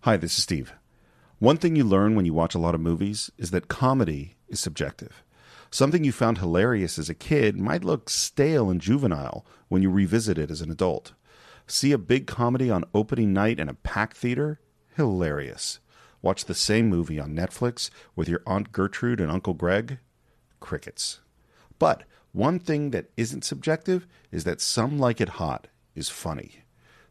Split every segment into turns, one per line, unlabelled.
Hi, this is Steve. One thing you learn when you watch a lot of movies is that comedy is subjective. Something you found hilarious as a kid might look stale and juvenile when you revisit it as an adult. See a big comedy on opening night in a packed theater? Hilarious. Watch the same movie on Netflix with your Aunt Gertrude and Uncle Greg? Crickets. But one thing that isn't subjective is that Some Like It Hot is funny.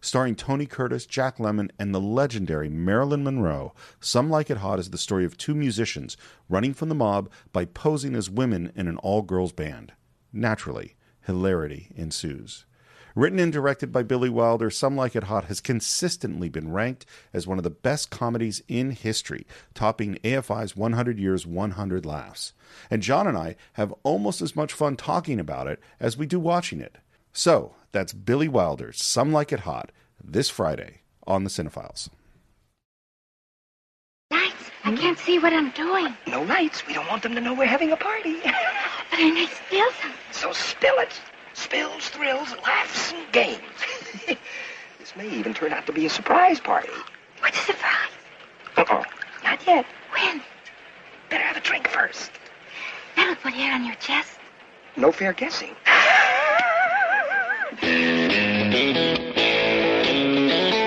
Starring Tony Curtis, Jack Lemmon, and the legendary Marilyn Monroe, Some Like It Hot is the story of two musicians running from the mob by posing as women in an all girls band. Naturally, hilarity ensues. Written and directed by Billy Wilder, Some Like It Hot has consistently been ranked as one of the best comedies in history, topping AFI's 100 Years, 100 Laughs. And John and I have almost as much fun talking about it as we do watching it. So that's Billy Wilder, Some Like It Hot, this Friday on The Cinephiles.
Lights. I can't see what I'm doing.
No lights. We don't want them to know we're having a party.
But I need still some.
so spill it. Spills, thrills, laughs, and games. this may even turn out to be a surprise party.
What a surprise.
Uh-oh. Not yet.
When?
Better have a drink first.
That'll put air on your chest.
No fair guessing.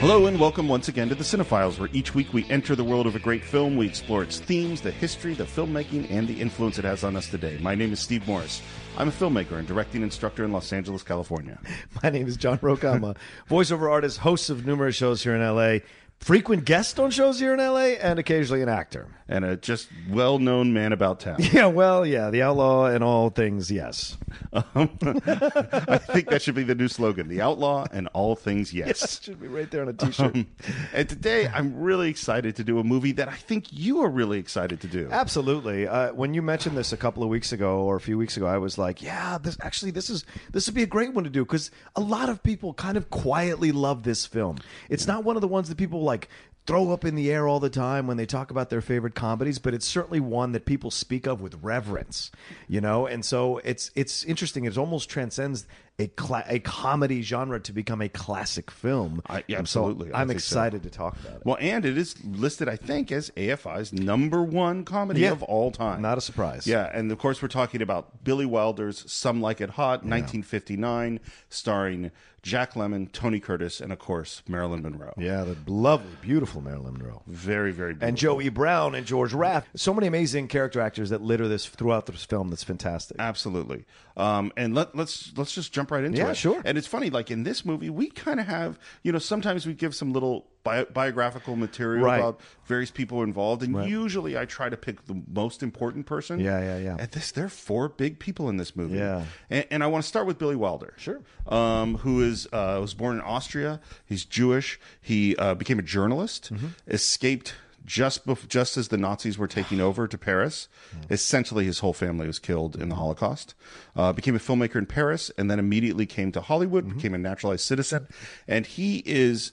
Hello and welcome once again to the Cinephiles, where each week we enter the world of a great film. We explore its themes, the history, the filmmaking, and the influence it has on us today. My name is Steve Morris. I'm a filmmaker and directing instructor in Los Angeles, California.
My name is John Roca. I'm a voiceover artist, host of numerous shows here in LA, frequent guest on shows here in LA, and occasionally an actor.
and a just well-known man about town.
Yeah, well, yeah, the outlaw and all things, yes.
I think that should be the new slogan: "The Outlaw and All Things Yes."
Should be right there on a t shirt.
Um, And today, I'm really excited to do a movie that I think you are really excited to do.
Absolutely. Uh, when you mentioned this a couple of weeks ago or a few weeks ago, I was like, "Yeah, this actually this is this would be a great one to do because a lot of people kind of quietly love this film. It's not one of the ones that people like throw up in the air all the time when they talk about their favorite comedies, but it's certainly one that people speak of with reverence, you know. And so it's it's interesting. It almost transcends a cla- a comedy genre to become a classic film.
I- yeah,
And so
absolutely. I
I'm
think so.
excited to talk about it.
Well, and it is listed, I think, as AFI's number one comedy
Yeah.
of all time.
Not a surprise.
Yeah, and of course, we're talking about Billy Wilder's "Some Like It Hot," 1959, starring Jack Lemmon, Tony Curtis, and of course Marilyn Monroe.
Yeah, the lovely, beautiful Marilyn Monroe.
Very, very. Beautiful.
and Joey Brown and George Raft. So many amazing character actors that litter this throughout this film. That's fantastic.
Absolutely. Um, and let, let's let's just jump right into it.
Yeah, sure.
And it's funny, like in this movie, we kind of have you know sometimes we give some little bi- biographical material
Right.
about various people involved, and usually I try to pick the most important person.
Yeah, yeah, yeah.
And this, there are four big people in this movie.
Yeah.
And, and I want to start with Billy Wilder.
Sure.
Um, who is uh, was born in Austria? He's Jewish. He uh, became a journalist.
Mm-hmm.
Escaped. Just bef- just as the Nazis were taking over to Paris, essentially his whole family was killed in the Holocaust. Uh, became a filmmaker in Paris, and then immediately came to Hollywood.
Mm-hmm.
Became a naturalized citizen, and he is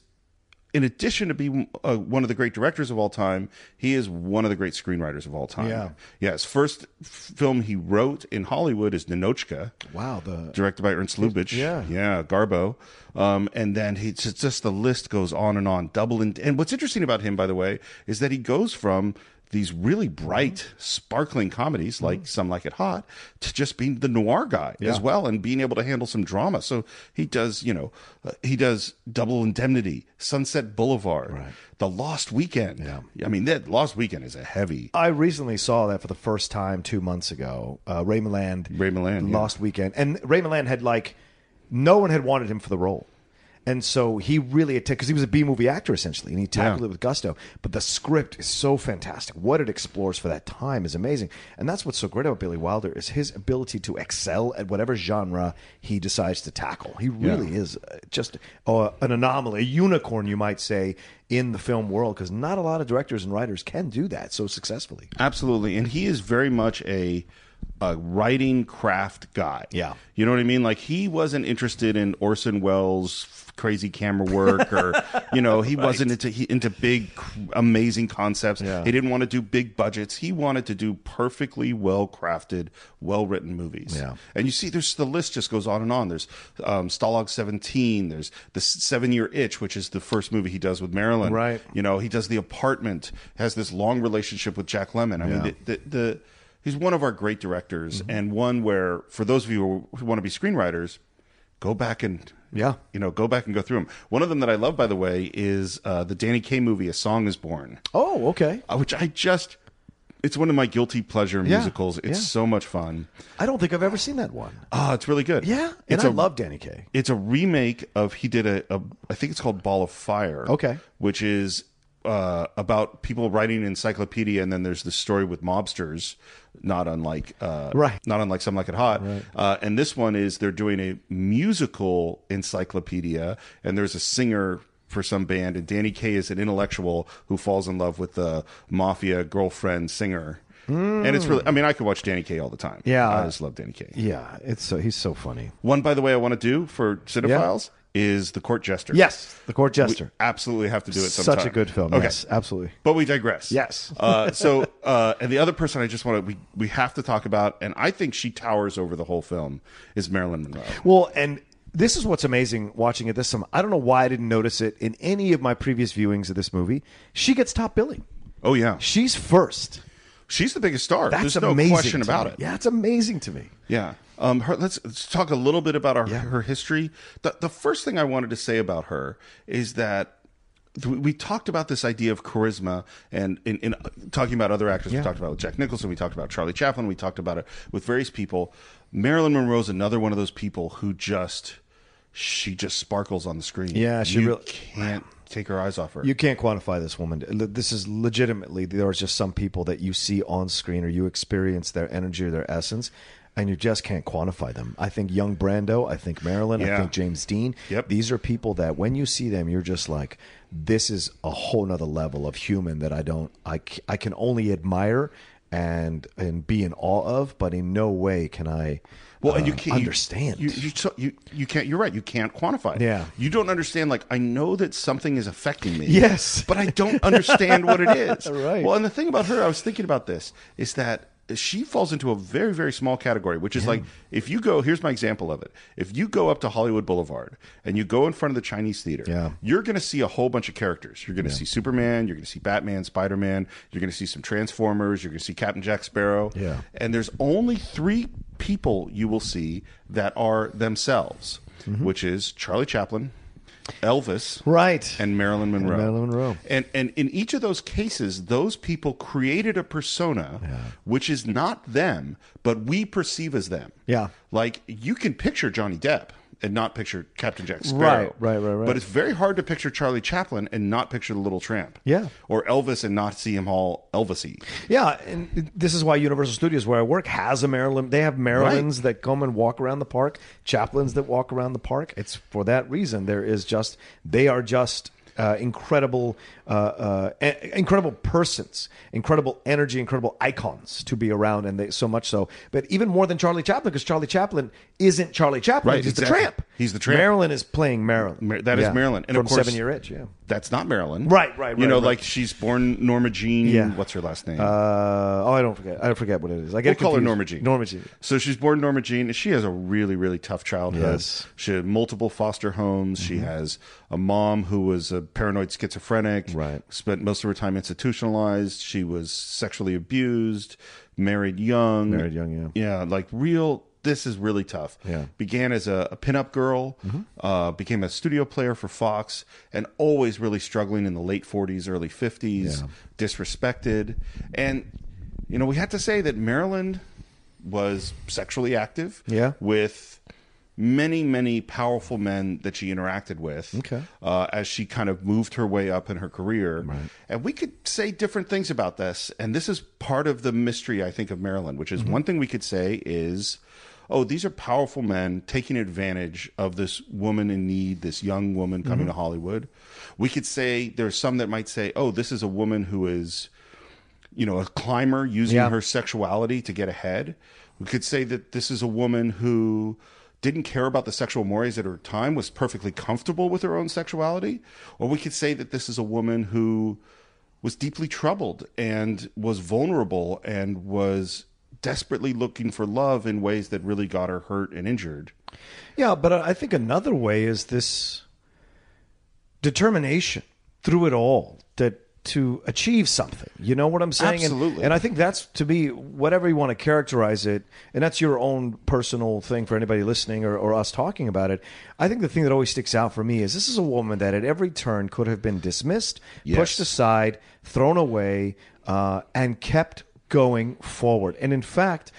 in addition to being uh, one of the great directors of all time, he is one of the great screenwriters of all time.
Yeah.
Yes. First f- film he wrote in Hollywood is Ninochka.
Wow, the-
directed by Ernst Lubitsch.
Yeah.
Yeah. Garbo. Um, and then he it's just the list goes on and on. Double and and what's interesting about him, by the way, is that he goes from these really bright, sparkling comedies like Some Like It Hot to just being the noir guy as
Mm. Yeah.
well well and being able to handle some drama. So he does, you know, uh, he does Double Indemnity, Sunset Boulevard, The Lost Weekend. I mean, that Lost Weekend is a heavy.
I recently saw that for the first time two months ago. Uh, Ray Milland,
Ray Milland, yeah.
Lost Weekend, and Ray Milland had like no one had wanted him for the role, and so he really attacked because he was a B movie actor essentially, and he tackled
Yeah.
it with gusto. But the script is so fantastic. What it explores for that time is amazing, and that's what's so great about Billy Wilder is his ability to excel at whatever genre he decides to tackle. He really is uh, just uh, an anomaly, a unicorn, you might say. In the film world, because not a lot of directors and writers can do that so successfully.
Absolutely. And he is very much a a writing craft guy.
Yeah.
You know what I mean? Like he wasn't interested in Orson Welles f- crazy camera work or you know, he wasn't into he, into big cr- amazing concepts.
Yeah.
He didn't want to do big budgets. He wanted to do perfectly well-crafted, well-written movies.
Yeah.
And you see there's the list just goes on and on. There's um Stalag 17, there's the 7-year itch which is the first movie he does with Marilyn.
Right.
You know, he does The Apartment, has this long relationship with Jack Lemmon. I
Yeah. Mm-hmm.
mean, the, the, the he's one of our great directors, and one where for those of you who want to be screenwriters, go back and
Yeah.
you know, go back and go through them. One of them that I love, by the way, is uh, the Danny Kaye movie, A Song Is Born,
Oh, okay.
uh, which I just. It's one of my guilty pleasure musicals. It's
yeah.
so much fun.
I don't think I've ever seen that one.
Ah, it's really good.
Yeah, and
it's
I
a-
love Danny Kaye.
it's a remake of he did a, a I think it's called Ball of Fire.
Okay.
Which is uh, about people writing an encyclopedia, and then there's this story with mobsters, not unlike uh,
Right.
not unlike Some Like It Hot. Uh, and this one is they're doing a musical encyclopedia, and there's a singer for some band, and Danny Kaye is an intellectual who falls in love with the mafia girlfriend singer. And it's really, I mean, I could watch Danny Kaye all the time.
Yeah.
I just love Danny Kaye.
Yeah, it's so he's so funny.
One, by the way, I want to do for cinephiles is the court jester.
Yes, the court
we
jester.
absolutely have to do it. Sometime.
Such a good film.
Okay,
Yes, absolutely.
but we digress.
Yes.
uh, so, uh, and the other person I just want to we we have to talk about, and I think she towers over the whole film is Marilyn Monroe.
Well, and this is what's amazing watching it this time. I don't know why I didn't notice it in any of my previous viewings of this movie. She gets top billing.
Oh yeah,
She's first.
she's the biggest star.
That's
There's no
amazing.
question
to
about
me.
it.
Yeah, it's amazing to me.
Yeah. Um, her, let's, let's talk a little bit about our,
Yeah.
her history. The, the first thing I wanted to say about her is that th- we talked about this idea of charisma and in, in talking about other actors. We talked about with Jack Nicholson. We talked about Charlie Chaplin. We talked about it with various people. Marilyn Monroe's another one of those people who just, she just sparkles on the screen.
Yeah, she
you
really-
can't take her eyes off her.
You can't quantify this woman. Le- This is legitimately there are just some people that you see on screen or you experience their energy or their essence, and you just can't quantify them. I think young Brando, I think Marilyn, I
Yeah.
think James Dean.
Yep.
These are people that when you see them, you're just like, this is a whole nother level of human that I don't, I, c- I can only admire and and be in awe of, but in no way can I.
well, and you
um,
can't you-
understand.
You, you, so- you, you can't. You're right. You can't quantify. it.
Yeah.
You don't understand. Like I know that something is affecting me.
Yes.
But I don't understand what it is.
Right.
Well, and the thing about her, I was thinking about this, is that she falls into a very very small category, which is like if you go. Here's my example of it. If you go up to Hollywood Boulevard and you go in front of the Chinese theater,
Yeah.
you're going to see a whole bunch of characters. You're going to see Superman. You're going to see Batman, Spider Man. You're going to see some Transformers. You're going to see Captain Jack Sparrow.
Yeah.
And there's only three people you will see that are themselves,
Mm-hmm.
which is Charlie Chaplin, Elvis,
right.
and Marilyn Monroe.
Marilyn Monroe.
And and in each of those cases, those people created a persona which is not them, but we perceive as them.
Yeah.
Like you can picture Johnny Depp and not picture Captain Jack Sparrow.
right, right, right.
But it's very hard to picture Charlie Chaplin and not picture the little tramp.
Yeah.
Or Elvis and not see him all Elvisy.
Yeah, and this is why Universal Studios, where I work, has a Maryland. They have Marylins that come and walk around the park, chaplains that walk around the park. It's for that reason. There is just they are just uh, incredible, uh, uh, e- incredible persons, incredible energy, incredible icons to be around, and they, so much so. But even more than Charlie Chaplin, because Charlie Chaplin isn't Charlie Chaplin;
Right,
he's
exactly.
the tramp.
He's the tramp.
Marilyn is playing Marilyn.
Mar- that is Marilyn. And
from
of course-
Seven Year Itch. Yeah.
That's not Marilyn.
Right, right,
You know,
right, right.
like she's born Norma Jean.
Yeah.
What's her last name?
Uh, oh, I don't forget. I forget what it is. I get
we'll call her
confused.
Norma Jean.
Norma Jean.
So she's born Norma Jean. She has a really, really tough childhood.
Yes. Mm-hmm.
She had multiple foster homes. She has a mom who was a paranoid schizophrenic.
Right.
Spent most of her time institutionalized. She was sexually abused, married young.
Married young, yeah.
Yeah, like real. This is really tough.
Yeah.
Began as a, a pinup girl,
Mm-hmm.
uh, became a studio player for Fox, and always really struggling in the late 40s, early 50s,
Yeah.
disrespected. And, you know, we had to say that Maryland was sexually active
Yeah.
with many, many powerful men that she interacted with
Okay.
uh, as she kind of moved her way up in her career. And we could say different things about this. And this is part of the mystery, I think, of Maryland, which is one thing we could say is, oh, these are powerful men taking advantage of this woman in need, this young woman coming to Hollywood. We could say there's some that might say, oh, this is a woman who is you know, a climber using
Yeah.
her sexuality to get ahead. We could say that this is a woman who didn't care about the sexual mores at her time, was perfectly comfortable with her own sexuality. Or we could say that this is a woman who was deeply troubled and was vulnerable and was desperately looking for love in ways that really got her hurt and injured.
Yeah, but I think another way is this determination through it all that to achieve something. You know what I'm saying? And-
Absolutely.
And, I think that's to me, whatever you want to characterize it, and that's your own personal thing for anybody listening or, or us talking about it. I think the thing that always sticks out for me is this is a woman that at every turn could have been dismissed,
Yes.
pushed aside, thrown away, uh, and kept going forward. And in fact,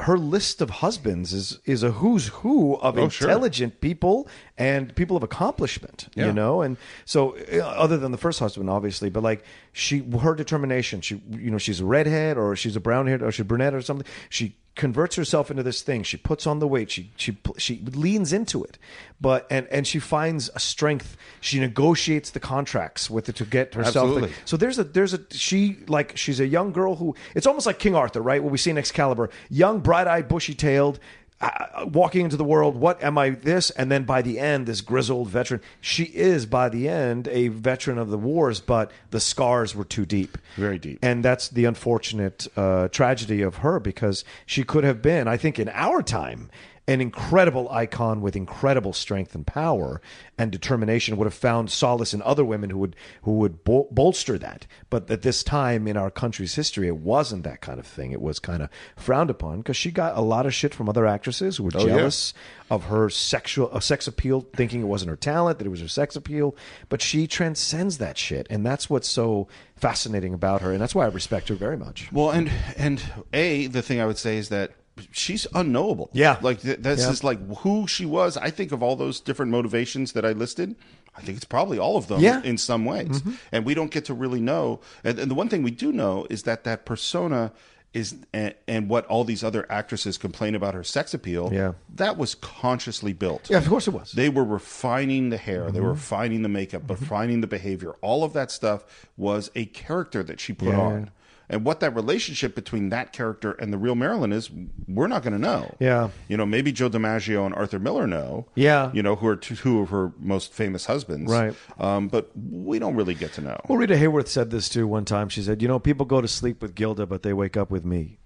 her list of husbands is is a who's who of
Oh, sure.
intelligent people and people of accomplishment
Yeah.
you know and so uh, other than the first husband obviously but like she her determination she you know she's a redhead or she's a brown haired or she's a brunette or something she converts herself into this thing she puts on the weight she she she leans into it but and and she finds a strength she negotiates the contracts with it to get herself
Absolutely.
so there's a there's a she like she's a young girl who it's almost like King Arthur, right? What we see in Excalibur, young, bright-eyed, bushy-tailed, uh, walking into the world. What am I? This, and then by the end, this grizzled veteran. She is by the end a veteran of the wars, but the scars were too deep,
Very deep.
and that's the unfortunate uh, tragedy of her because she could have been, I think, in our time. An incredible icon with incredible strength and power and determination would have found solace in other women who would who would bol- bolster that. But at this time in our country's history, it wasn't that kind of thing. It was kind of frowned upon because she got a lot of shit from other actresses who were
yeah.
jealous of her sexual uh, sex appeal, thinking it wasn't her talent, that it was her sex appeal. But she transcends that shit, and that's what's so fascinating about her, and that's why I respect her very much.
Well, and and a the thing I would say is that she's unknowable.
Yeah.
like th- this
Yeah.
is like who she was. I think of all those different motivations that I listed. I think it's probably all of them
Yeah. Mm-hmm.
in some ways, and we don't get to really know. And, and the one thing we do know is that that persona is and, and what all these other actresses complain about her sex appeal.
Yeah.
that was consciously built.
Yeah, of course it was.
They were refining the hair, they
Mm-hmm.
were refining the makeup, refining the behavior. All of that stuff was a character that she put
Yeah.
on. And what that relationship between that character and the real Marilyn is, we're not going to know.
Yeah.
you know, maybe Joe DiMaggio and Arthur Miller know.
Yeah.
you know, who are two of her most famous husbands.
Right.
um, but we don't really get to know.
Well, Rita Hayworth said this too one time. She said, "You know, people go to sleep with Gilda, but they wake up with me."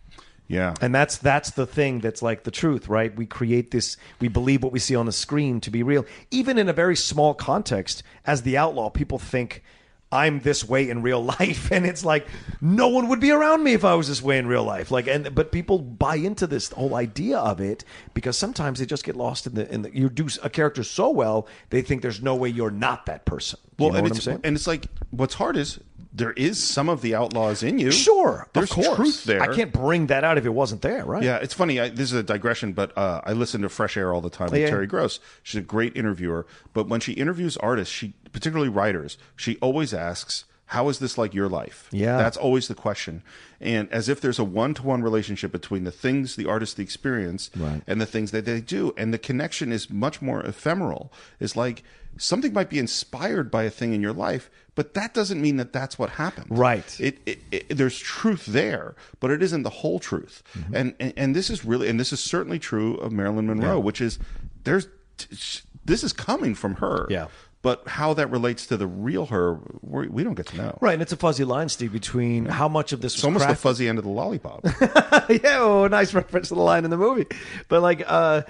yeah,
And that's that's the thing that's like the truth, right? We create this, we believe what we see on the screen to be real. Even in a very small context, as the outlaw, people think I'm this way in real life, and it's like no one would be around me if I was this way in real life. Like, and but people buy into this whole idea of it because sometimes they just get lost in the in the you do a character so well they think there's no way you're not that person. You know
and
what
it's,
I'm saying?
and it's like what's hard is there is some of the outlaws in you.
Sure,
there's
of course.
truth there.
I can't bring that out if it wasn't there, right?
Yeah, it's funny. I, this is a digression, but uh, I listen to Fresh Air all the time with
Oh, Yeah.
Terry Gross. She's a great interviewer, but when she interviews artists, she particularly writers, she always asks, "How is this like your life?"
Yeah.
that's always the question, and as if there's a one-to-one relationship between the things the artist the experience
Right.
and the things that they do, and the connection is much more ephemeral. It's like something might be inspired by a thing in your life, but that doesn't mean that that's what happened.
Right.
It, it, it there's truth there, but it isn't the whole truth.
Mm-hmm.
And, and and this is really and this is certainly true of Marilyn Monroe, which is there's this is coming from her.
Yeah.
But how that relates to the real her, we, we don't get to know.
Right, and it's a fuzzy line, Steve, between how much of this
It's
was
almost the
crafted
fuzzy end of the lollipop.
yeah, oh, nice reference to the line in the movie. But like, uh,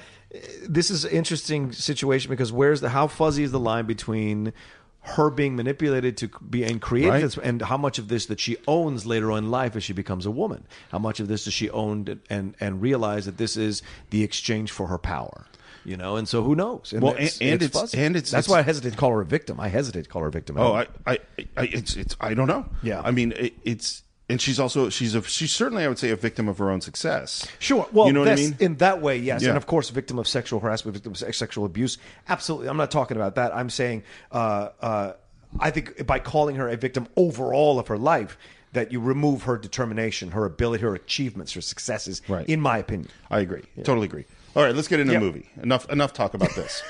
this is an interesting situation because where's the how fuzzy is the line between her being manipulated to be and created
Right.
this, and how much of this that she owns later on in life as she becomes a woman? How much of this does she own and- and and realize that this is the exchange for her power? You know, and so who knows?
Well, and- and it's-
fuzzy.
and it's-
that's
it's-
why I hesitate to call her a victim. I hesitate to call her a victim.
Oh, I, I, I, it's, it's, I don't know.
Yeah.
I mean, it, it's, and she's also, she's a, she's certainly, I would say, a victim of her own success.
Sure. Well,
you know what I
that's-
mean?
in that way, yes.
Yeah.
And of course, victim of sexual harassment, victim of sex- sexual abuse. Absolutely. I'm not talking about that. I'm saying, uh, uh, I think by calling her a victim overall of her life, that you remove her determination, her ability, her achievements, her successes,
Right.
in my opinion.
I agree. Totally agree. All right, let's get into
Yep.
a movie. Enough, enough talk about this.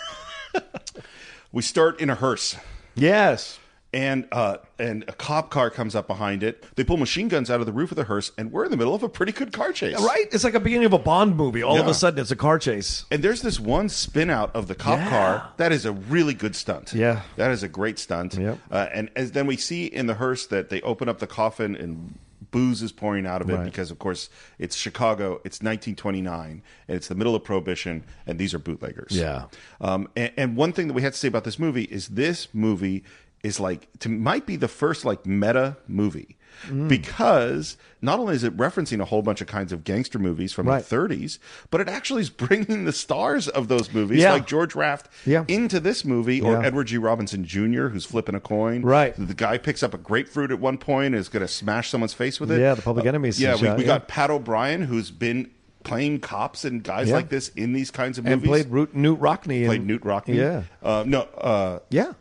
we start in a hearse.
Yes.
and uh, and a cop car comes up behind it. They pull machine guns out of the roof of the hearse, and we're in the middle of a pretty good car chase.
Right? It's like a beginning of a Bond movie. All of
Yeah.
a sudden, it's a car chase.
And there's this one spin out of the cop
Yeah.
car that is a really good stunt.
Yeah.
that is a great stunt.
Yep.
Uh, and as then we see in the hearse that they open up the coffin and booze is pouring out of it
Right.
because of course it's Chicago, it's 1929, and it's the middle of Prohibition, and these are bootleggers.
Yeah.
Um, and, and one thing that we had to say about this movie is this movie is like to might be the first like meta movie
Mm.
because not only is it referencing a whole bunch of kinds of gangster movies from
Right.
the 30s, but it actually is bringing the stars of those movies
Yeah.
like George Raft
Yeah.
into this movie or
Yeah.
Edward G. Robinson Jr. who's flipping a coin.
Right.
The guy picks up a grapefruit at one point and is going to smash someone's face with it. Uh,
Yeah, the Public Enemies
Yeah, we,
shot,
we
yeah.
got Pat O'Brien who's been playing cops and guys
Yeah.
like this in these kinds of movies
And played Root, Newt Rockney.
played
in,
Newt Rockney. Oh.
Yeah.
Uh, no. Uh,
Yeah.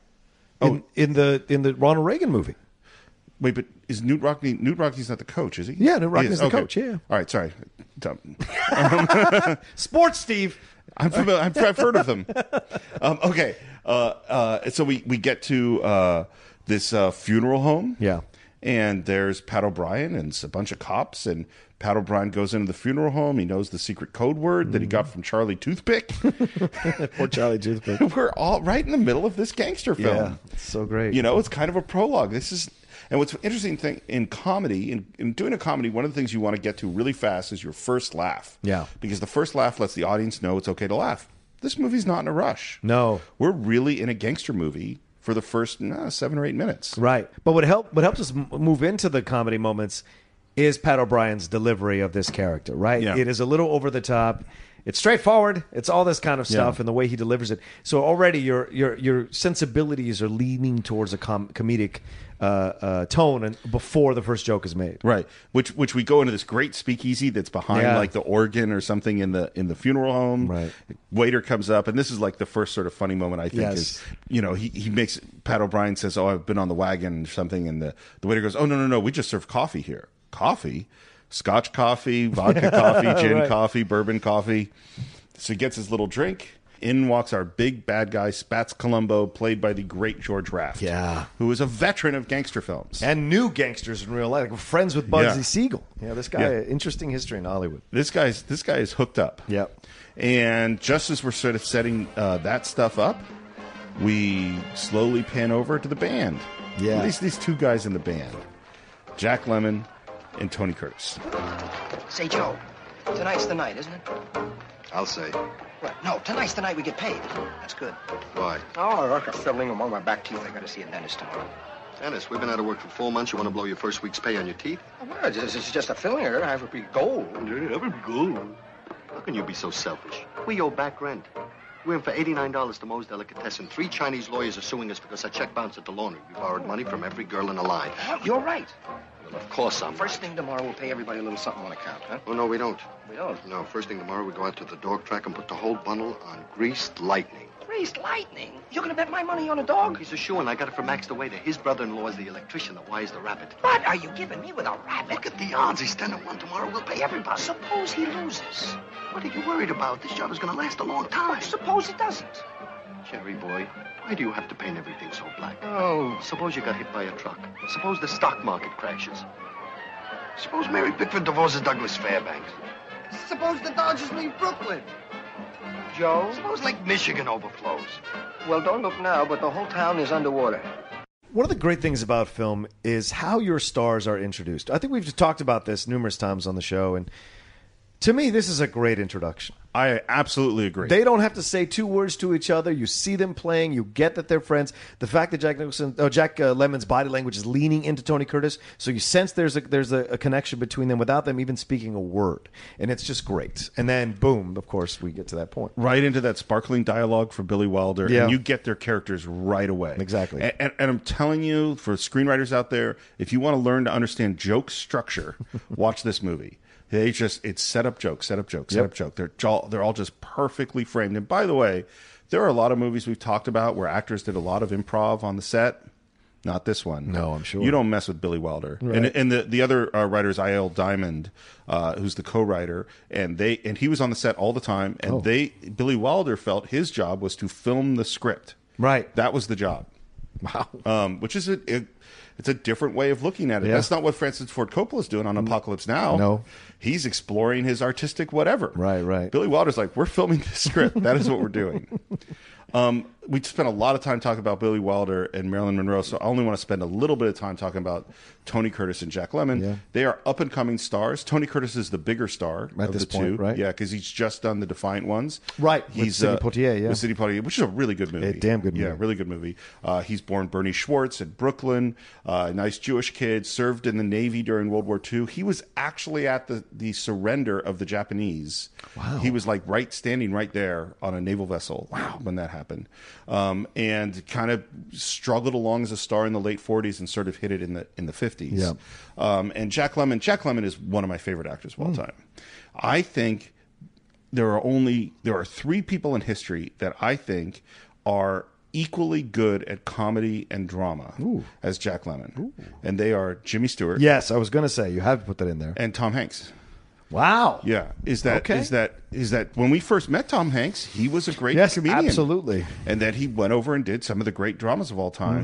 In, in the in the Ronald Reagan movie.
wait, but is Newt Rockney? Newt Rockney's not the coach, is he?
Yeah, Newt
He
Rockney's
is,
the coach, yeah.
All right. Sorry. Dumb.
Sports Steve.
I'm familiar. I've, I've heard of them. Um, okay. Uh, uh, so we we get to uh, this uh, funeral home.
Yeah.
And there's Pat O'Brien and it's a bunch of cops and. Pat O'Brien goes into the funeral home. He knows the secret code word that he got
Mm-hmm.
from Charlie Toothpick.
Poor Charlie Toothpick.
We're all right in the middle of this gangster film.
Yeah. It's so great.
You know, it's kind of a prologue. This is, and what's an interesting thing in comedy, in, in doing a comedy, one of the things you want to get to really fast is your first laugh.
Yeah.
Because the first laugh lets the audience know it's okay to laugh. This movie's not in a rush.
No.
We're really in a gangster movie for the first nah, seven or eight minutes.
Right. But what help what helps us m- move into the comedy moments is Pat O'Brien's delivery of this character, right?
Yeah.
It is a little over the top. It's straightforward. It's all this kind of stuff
Yeah.
and the way he delivers it. So already your your your sensibilities are leaning towards a com- comedic uh, uh, tone and before the first joke is made.
Right. Which which we go into this great speakeasy that's behind
Yeah.
like the organ or something in the in the funeral home.
Right.
Waiter comes up and this is like the first sort of funny moment I think
Yes.
is you know, he, he makes Pat O'Brien says, Oh, I've been on the wagon or something and the, the waiter goes, Oh no no no, we just serve coffee here. Coffee? Scotch coffee, vodka coffee, gin
Right.
coffee, bourbon coffee. So he gets his little drink. In walks our big bad guy, Spats Colombo, played by the great George Raft.
Yeah.
Who is a veteran of gangster films.
And new gangsters in real life, like friends with Bugsy
Yeah.
Siegel. Yeah, this guy,
Yeah.
interesting history in Hollywood.
this guy's this guy is hooked up.
Yep.
And just as we're sort of setting uh, that stuff up, we slowly pan over to the band.
Yeah.
At least these two guys in the band, Jack Lemon and Tony Curtis.
Say, Joe, tonight's the night, isn't it?
I'll say.
What? No, tonight's the night we get paid. That's good.
Why?
Oh, look, I'm filling them on my back teeth. I gotta see a dentist tomorrow.
Dennis, we've been out of work for four months. You want to blow your first week's pay on your teeth?
Oh, Well, it's, it's- it's just a fillinger. I would be gold.
How can you be so selfish? We owe back rent. We're in for $89 to Moe's Delicatessen. Three Chinese lawyers are suing us because a check bounced at the laundry. We borrowed money from every girl in the line.
You're right.
Well, of course I'm
First thing tomorrow, we'll pay everybody a little something on account, huh?
Oh, no, we don't.
We don't.
No, first thing tomorrow, we go out to the dog track and put the whole bundle on greased lightning.
Raised lightning. You're gonna bet my money on a dog?
He's a shoe, and I got it from Max the waiter. His brother-in-law is the electrician that wires the rabbit.
What are you giving me with a rabbit?
Look at the odds. He's 10 to 1 tomorrow. We'll pay everybody.
Suppose he loses.
What are you worried about? This job is going to last a long time.
Suppose he doesn't.
Jerry boy, why do you have to paint everything so black?
Oh,
Suppose you got hit by a truck. Suppose the stock market crashes. Suppose Mary Pickford divorces Douglas Fairbanks. Suppose the Dodgers leave Brooklyn.
Joe?
Suppose Lake Michigan overflows.
Well, don't look now, but the whole town is underwater.
One of the great things about film is how your stars are introduced. I think we've talked about this numerous times on the show, and to me, this is a great introduction.
I absolutely agree.
They don't have to say two words to each other. You see them playing. You get that they're friends. The fact that Jack Nicholson, oh, Jack uh, Lemon's body language is leaning into Tony Curtis, so you sense there's a there's a, a connection between them without them even speaking a word, and it's just great. And then boom, of course, we get to that point.
right into that sparkling dialogue for Billy Wilder,
Yeah.
and you get their characters right away.
Exactly.
And, and, and I'm telling you, for screenwriters out there, if you want to learn to understand joke structure, watch this movie. They just it's set up joke, set up joke, set
Yep.
up joke. They're all they're all just perfectly framed. And by the way, there are a lot of movies we've talked about where actors did a lot of improv on the set. Not this one.
No, I'm sure.
You don't mess with Billy Wilder. And and the the other uh, writer is I.L. Diamond, uh, who's the co-writer, and they and he was on the set all the time. And they Billy Wilder felt his job was to film the script.
Right.
That was the job.
Wow.
um, which is a it, it's a different way of looking at it.
Yeah. Mm.
That's not what Francis Ford Coppola's doing on Apocalypse Now.
No.
he's exploring his artistic whatever.
Right, right.
Billy Wilder's like, we're filming this script. That is what we're doing. um, we spent a lot of time talking about Billy Wilder and Marilyn Monroe, so I only want to spend a little bit of time talking about Tony Curtis and Jack Lemmon.
Yeah.
They are up and coming stars. Tony Curtis is the bigger star
At
of
this
the
point,
two,
right?
Yeah, because he's just done the Defiant Ones. uh,
Right, with Sidney Poitier, yeah.
with Sidney Poitier, which is a really good movie.
A damn good
Yeah,
movie.
really good movie. Uh, he's born Bernie Schwartz in Brooklyn, uh, a nice Jewish kid, served in the Navy during World War II. He was actually at the, the surrender of the Japanese. Wow. He was like right standing right there on a naval vessel wow. when that happened. Um, and kind of struggled along as a star in the late 40s and sort of hit it in the in the 50s.
Yeah.
Um, and Jack Lemmon, Jack Lemmon is one of my favorite actors of all time. I think there are only there are three people in history that I think are equally good at comedy and drama as Jack Lemmon, and they are Jimmy Stewart
Yes, I was going to say you have to put that in there.
and Tom Hanks.
Wow.
Yeah, is that is
Okay.
that is that when we first met Tom Hanks, he was a great
Yes,
comedian,
absolutely.
and then he went over and did some of the great dramas of all time.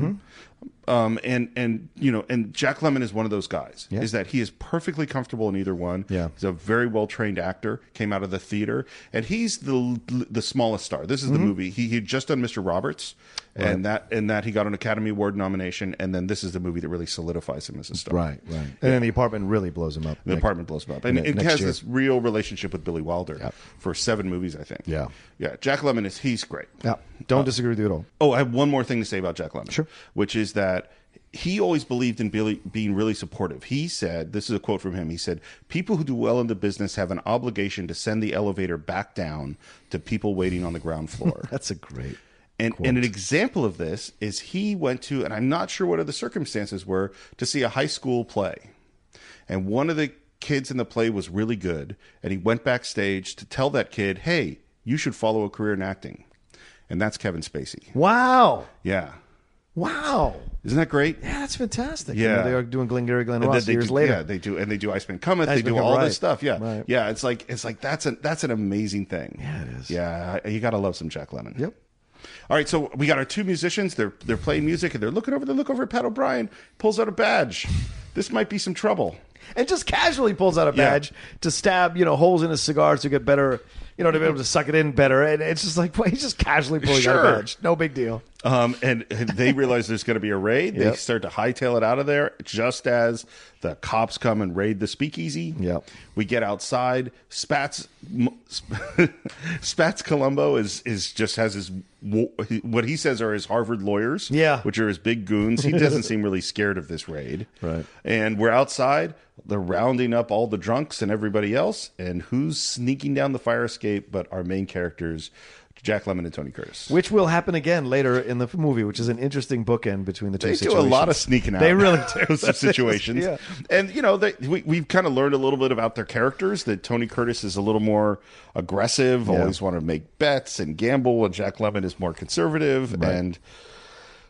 Mm-hmm.
Um, and and you know, and Jack Lemmon is one of those guys.
Yeah.
Is that he is perfectly comfortable in either one.
Yeah.
he's a very well trained actor. Came out of the theater, and he's the the smallest star. This
Mm-hmm.
is the movie he he had just done Mr. Roberts, and that and that he got an Academy Award nomination, and then this is the movie that really solidifies him as a star.
Right, right. And then the apartment really blows him up.
The apartment blows him up, and
ne-
it
next
has
year.
this real relationship with Billy Wilder for seven movies, I think.
Yeah.
yeah. Jack Lemmon is he's great.
Yeah. Don't disagree with you at all.
Oh, I have one more thing to say about Jack Lemmon,
Sure.
which is that he always believed in Billy being really supportive. He said, "This is a quote from him." He said, "People who do well in the business have an obligation to send the elevator back down to people waiting on the ground floor."
That's a great.
And, and an example of this is he went to, and I'm not sure what other circumstances were, to see a high school play. And one of the kids in the play was really good. And he went backstage to tell that kid, hey, you should follow a career in acting. And that's Kevin Spacey.
Wow.
Yeah.
Wow.
Isn't that great?
Yeah, that's fantastic.
Yeah.
You know, they are doing Glengarry Glen
And then
Ross
they
years
do,
later.
Yeah, they do, and they do Iceman Cometh. they
Iceman
do
Cometh,
all
right.
this stuff. Yeah,
Right.
yeah. It's like it's like that's an that's an amazing thing.
Yeah, it is.
Yeah, you gotta love some Jack Lemon.
Yep.
All right, so we got our two musicians. They're they're playing music and they're looking over. They look over at Pat O'Brien. Pulls out a badge. This might be some trouble.
and just casually pulls out a
Yeah.
badge to stab, you know, holes in his cigars to get better, you know, to be able to suck it in better. And it's just like, well, he's just casually pulling out
Sure.
a badge. No big deal.
Um, and they realize there's going to be a raid. They
Yep.
start to hightail it out of there just as the cops come and raid the speakeasy.
Yep.
We get outside. Spats M- Spats Colombo is is just has his wo- what he says are his Harvard lawyers.
Yeah.
which are his big goons. He doesn't seem really scared of this raid.
Right.
And we're outside. They're rounding up all the drunks and everybody else. And who's sneaking down the fire escape? But our main characters, Jack Lemmon and Tony Curtis.
Which will happen again later in the f- movie, which is an interesting bookend between the two
They
situations.
do a lot of sneaking out.
They really do.
in some situations.
Yeah.
And, you know, they, we, we've kind of learned a little bit about their characters that Tony Curtis is a little more aggressive, always want to make bets and gamble, and Jack Lemon is more conservative. And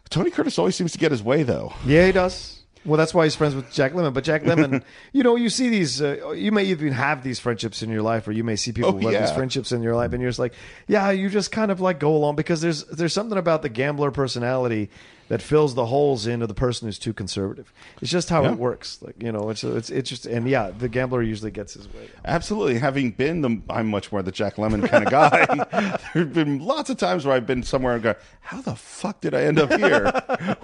Tony Curtis always seems to get his way, though.
Yeah, he does. Well, that's why he's friends with Jack Lemon. But Jack Lemon, you know, you see these, uh, you may even have these friendships in your life, or you may see people
Oh,
who have
yeah.
these friendships in your life, and you're just like, yeah, you just kind of like go along because there's there's something about the gambler personality that fills the holes into the person who's too conservative. It's just how
Yeah.
it works, like you know. It's it's it's just and yeah, the gambler usually gets his way.
Absolutely. Having been the, I'm much more the Jack Lemon kind of guy. there have been lots of times where I've been somewhere and go, how the fuck did I end up here?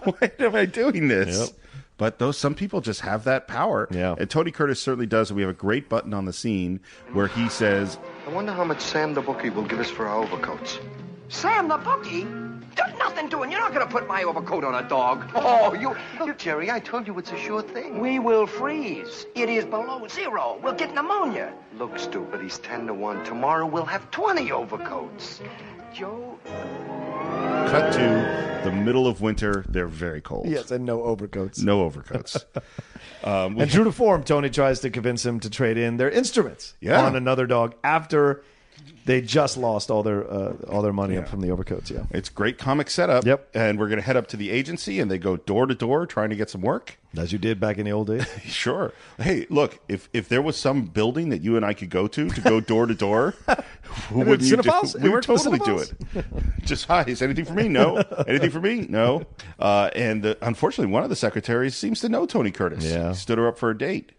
Why am I doing this? But those some people just have that power.
Yeah.
And Tony Curtis certainly does. We have a great button on the scene where he says,
I wonder how much Sam the bookie will give us for our overcoats.
Sam the bookie? There's nothing doing. You're not going to put my overcoat on a dog. Oh, you.
Look, Jerry, I told you it's a sure thing.
We will freeze. It is below zero. We'll get pneumonia.
Look, stupid, he's 10 to 1. Tomorrow we'll have 20 overcoats.
Joe,
cut to the middle of winter. They're very cold.
Yes, and no overcoats.
No overcoats. um, we
And true to form, Tony tries to convince him to trade in their instruments
Yeah.
on another dog after They just lost all their uh, all their money
Yeah.
from the overcoats. Yeah.
It's great comic setup.
Yep.
And we're going to head up to the agency and they go door to door trying to get some work.
As you did back in the old days.
Sure. Hey, look, if if there was some building that you and I could go to to go door to door,
it
wouldn't you do-
Cinefiles? It
We would
worked with
totally do it. Just hi, is anything for me? No. Anything for me? No. Uh, and uh, unfortunately, one of the secretaries seems to know Tony Curtis.
Yeah.
He stood her up for a date,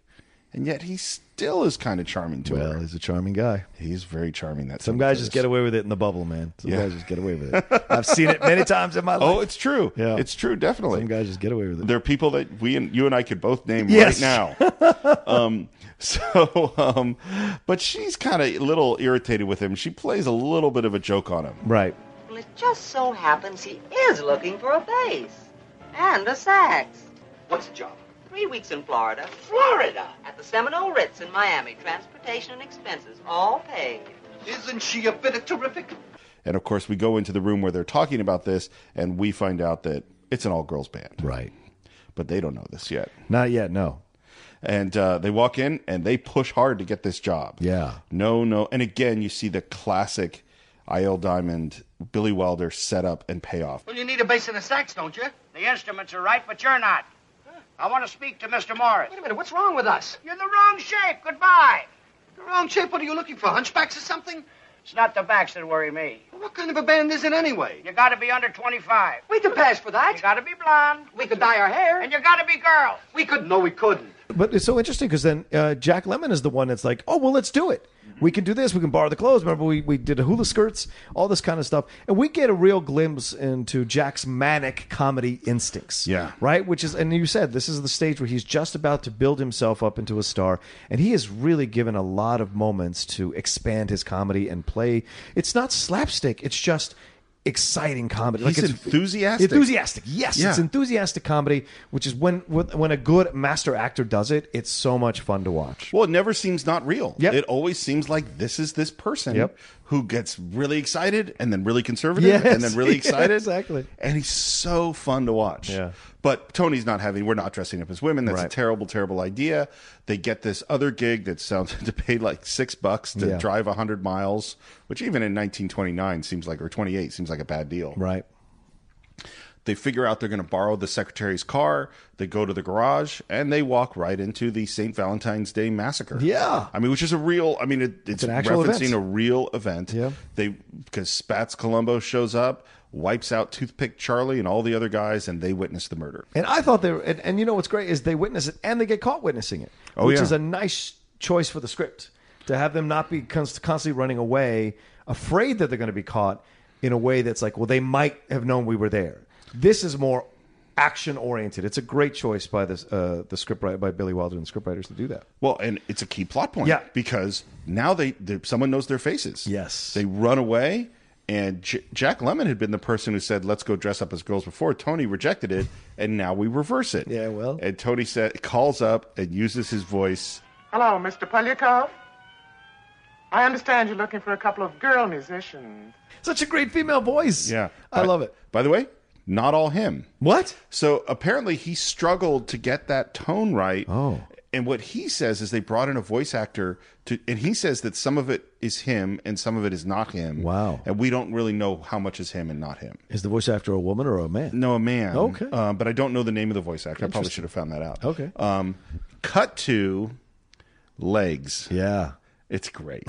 and yet he still is kind of charming to
Well,
her.
he's a charming guy.
He's very charming. That
Some guys just get away with it in the bubble, man. Some
Yeah.
guys just get away with it. I've seen it many times in my life.
Oh, it's true.
Yeah.
it's true. Definitely.
Some guys just get away with it.
There are people that we and you and I could both name
Yes.
right now. um, so, um, but she's kind of a little irritated with him. She plays a little bit of a joke on him.
Right.
Well, it just so happens he is looking for a bass and a sax.
What's the job?
Three weeks in Florida
Florida.
at the Seminole Ritz in Miami. Transportation and expenses all paid.
Isn't she a bit of terrific?
And of course, we go into the room where they're talking about this, and we find out that it's an all girls band,
Right.
but they don't know this yet.
Not yet, no.
And uh, they walk in and they push hard to get this job.
Yeah.
No, no. And again, you see the classic IL Diamond, Billy Wilder setup and payoff.
Well, you need a bass and a sax, don't you? The instruments are right, but you're not. I want to speak to Mr. Morris.
Wait a minute, what's wrong with us?
You're the wrong shape. Goodbye.
The wrong shape? What are you looking for? Hunchbacks or something?
It's not the backs that worry me.
What kind of a band is it anyway?
You got to be under 25.
We could pass for
You
that.
got to be blonde,
We could dye our hair.
and you got to be girl.
We couldn't. No, we couldn't.
But it's so interesting because then uh, Jack Lemon is the one that's like, oh, well, let's do it. We can do this. We can borrow the clothes. Remember, we, we did hula skirts, all this kind of stuff. And we get a real glimpse into Jack's manic comedy instincts.
Yeah.
Right? Which is, and you said this is the stage where he's just about to build himself up into a star. And he is really given a lot of moments to expand his comedy and play. It's not slapstick, it's just exciting comedy.
He's
it's
enthusiastic.
Enthusiastic. Yes.
Yeah.
It's enthusiastic comedy, which is when when when a good master actor does it, it's so much fun to watch.
Well, it never seems not real.
Yep.
It always seems like this is this person
Yep.
who gets really excited and then really conservative
Yes.
and then really
Yeah,
excited.
exactly.
And he's so fun to watch.
Yeah.
But Tony's not having, we're not dressing up as women. That's a
Right.
terrible, terrible idea. They get this other gig that sounds to pay like six bucks to
Yeah.
drive 100 miles, which even in 1929 seems like, or 28 seems like a bad deal.
Right.
They figure out they're going to borrow the secretary's car. They go to the garage and they walk right into the St. Valentine's Day massacre.
Yeah.
I mean, which is a real. I mean, it, it's,
an actual
referencing
event.
a real event.
Yeah.
They because Spats Colombo shows up, wipes out Toothpick Charlie and all the other guys, and they witness the murder.
And I thought they were, and, and you know what's great is they witness it and they get caught witnessing it,
Oh,
which
yeah.
is a nice choice for the script to have them not be const- constantly running away, afraid that they're going to be caught in a way that's like, well, they might have known we were there. This is more action oriented. It's a great choice by this uh, the script by Billy Wilder and the scriptwriters to do that.
Well, and it's a key plot point.
Yeah.
Because now they, they someone knows their faces.
Yes.
They run away. And J- Jack Lemon had been the person who said, "Let's go dress up as girls." Before Tony rejected it, and now we reverse it.
Yeah, well.
And Tony said, calls up and uses his voice.
Hello, Mr. Polyakov. I understand you're looking for a couple of girl musicians.
Such a great female voice.
Yeah,
I
By-
love it.
By the way, not all him.
What?
So apparently he struggled to get that tone right.
Oh.
And what he says is they brought in a voice actor to and he says that some of it is him and some of it is not him.
Wow.
And we don't really know how much is him and not him.
Is the voice actor a woman or a man?
No, a man.
Okay.
Uh, but I don't know the name of the voice actor. I probably should have found that out.
Okay.
Um, cut to legs.
Yeah.
It's great.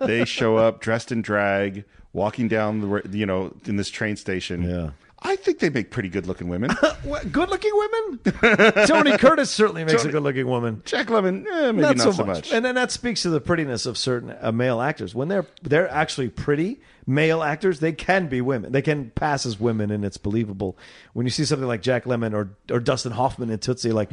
they show up dressed in drag, walking down the ra- you know in this train station.
Yeah.
I think they make pretty good looking women.
What, good-looking women. Tony Curtis certainly makes a good-looking woman.
Jack Lemon, eh, maybe
Not, so, much. And then that speaks to the prettiness of certain uh, male actors. When they're they're actually pretty male actors, they can be women. They can pass as women, and it's believable. When you see something like Jack Lemmon or or Dustin Hoffman in Tootsie, like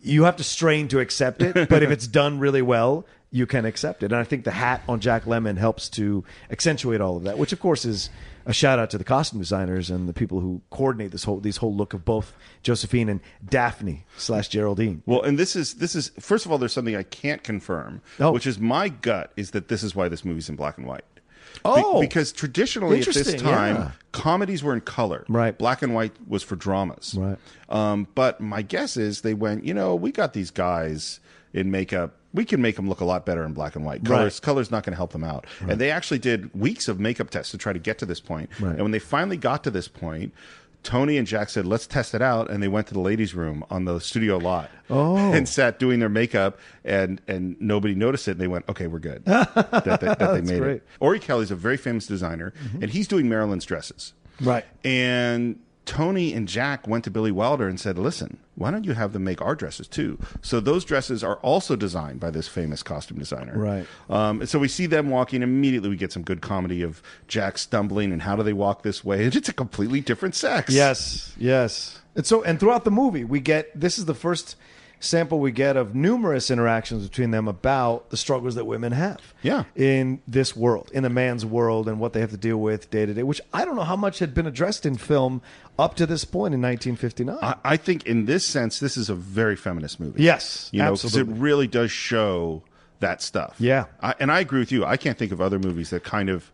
you have to strain to accept it. but if it's done really well, you can accept it. And I think the hat on Jack Lemmon helps to accentuate all of that, which of course is a shout out to the costume designers and the people who coordinate this whole these whole look of both Josephine and Daphne slash Geraldine.
Well, and this is this is first of all, there's something I can't confirm,
Oh.
which is my gut is that this is why this movie's in black and white. Be-
Oh.
because traditionally at this
Interesting,
time,
yeah.
comedies were in color.
Right.
Black and white was for dramas.
Right.
Um, but my guess is they went, you know, we got these guys in makeup. we can make them look a lot better in black and white. Colors colors not going to help them out. And they actually did weeks of makeup tests to try to get to this point.
Right.
And when they finally got to this point, Tony and Jack said, "Let's test it out," and they went to the ladies' room on the studio lot
Oh.
and sat doing their makeup, and and nobody noticed it. And they went, "Okay, we're good." that they, that they made
great. Mm-hmm.
it. Ori Kelly's a very famous designer, and he's doing Marilyn's dresses.
Right.
And Tony and Jack went to Billy Wilder and said, "Listen, why don't you have them make our dresses too?" So those dresses are also designed by this famous costume designer.
Right.
Um, and so we see them walking. Immediately, we get some good comedy of Jack stumbling and how do they walk this way? And it's a completely different sex.
Yes, yes. And so, and throughout the movie, we get this is the first sample we get of numerous interactions between them about the struggles that women have.
Yeah.
In this world, in a man's world, and what they have to deal with day to day, which I don't know how much had been addressed in film up to this point in 1959.
I, I think in this sense, this is a very feminist movie.
Yes,
you know, because it
absolutely.
really does show that stuff.
Yeah.
I, and I agree with you. I can't think of other movies that kind of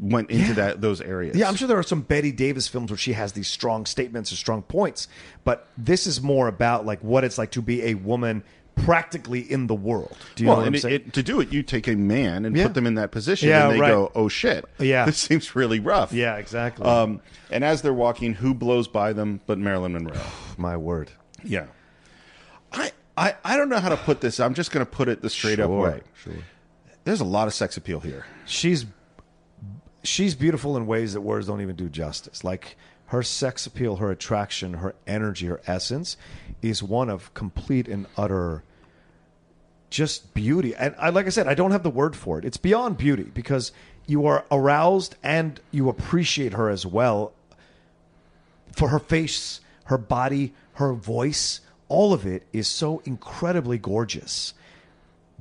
went into
Yeah.
that those areas.
Yeah, I'm sure there are some Betty Davis films where she has these strong statements or strong points, but this is more about like what it's like to be a woman practically in the world. Do you
well,
know what
and
I'm
it,
saying?
it, to do it, you take a man and
Yeah.
put them in that position,
Yeah,
and they
right.
go, "Oh shit,
Yeah.
this seems really rough."
yeah, exactly.
Um, and as they're walking, who blows by them but Marilyn Monroe?
My word.
yeah. I, I I don't know how to put this. I'm just going to put it the straight up
Sure,
way. Sure. There's a lot of sex appeal here.
she's she's beautiful in ways that words don't even do justice. Like her sex appeal, her attraction, her energy, her essence is one of complete and utter just beauty. And I like I said, I don't have the word for it. It's beyond beauty because you are aroused and you appreciate her as well for her face, her body, her voice, all of it is so incredibly gorgeous.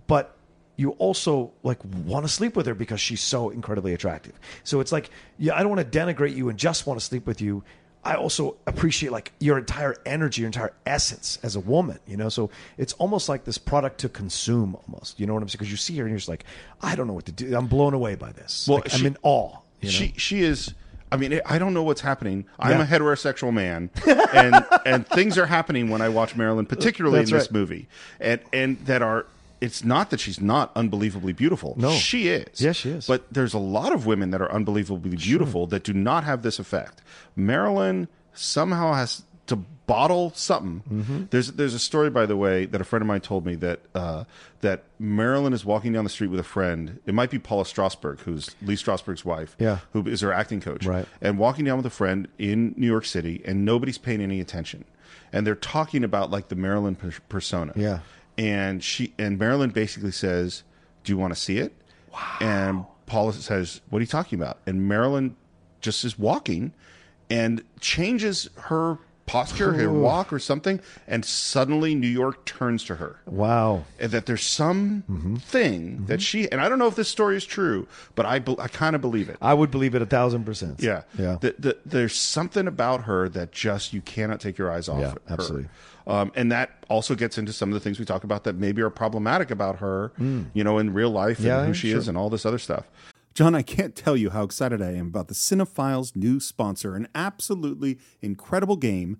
But you also like want to sleep with her because she's so incredibly attractive. So it's like, yeah, I don't want to denigrate you and just want to sleep with you. I also appreciate like your entire energy, your entire essence as a woman, you know? So it's almost like this product to consume almost, you know what I'm saying? Cause you see her and you're just like, I don't know what to do. I'm blown away by this.
Well,
Like,
she-
I'm in awe. you know?
She she is. I mean, I don't know what's happening. I'm
Yeah.
a heterosexual man, and and things are happening when I watch Marilyn, particularly
That's
in this
right.
movie, and and that are. It's not that she's not unbelievably beautiful.
No.
she is.
Yes, she is.
But there's a lot of women that are unbelievably beautiful that do not have this effect. Marilyn somehow has to bottle something.
Mm-hmm.
There's there's a story, by the way, that a friend of mine told me that uh, that Marilyn is walking down the street with a friend. It might be Paula Strasberg, who's Lee Strasberg's wife,
Yeah.
who is her acting coach,
Right.
and walking down with a friend in New York City, and nobody's paying any attention, and they're talking about like the Marilyn per- persona,
Yeah.
and she and Marilyn basically says, "Do you want to see it?" Wow. And Paula says, "What are you talking about?" And Marilyn just is walking, and changes her posture, her walk, or something, and suddenly New York turns to her
wow.
and that there's some thing that she and I don't know if this story is true, but I bel I kind of believe it.
I would believe it a thousand percent.
yeah,
Yeah.
That- that there's something about her that just you cannot take your eyes off.
Yeah,
her.
absolutely.
Um, and that also gets into some of the things we talk about that maybe are problematic about her, you know, in real life
Hmm. Yeah,
and who she
sure.
is and all this other stuff.
John, I can't tell you how excited I am about the Cinephiles' new sponsor, an absolutely incredible game,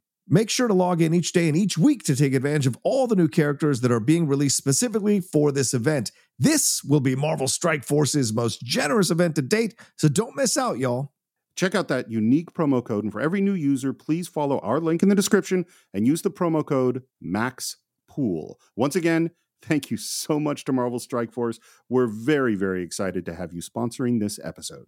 Make sure to log in each day and each week to take advantage of all the new characters that are being released specifically for this event. This will be Marvel Strike Force's most generous event to date, so don't miss out, y'all.
Check out that unique promo code, and for every new user, please follow our link in the description and use the promo code MAXPOOL. Once again, Thank you so much to Marvel Strike Force. We're very, very excited to have you sponsoring this episode.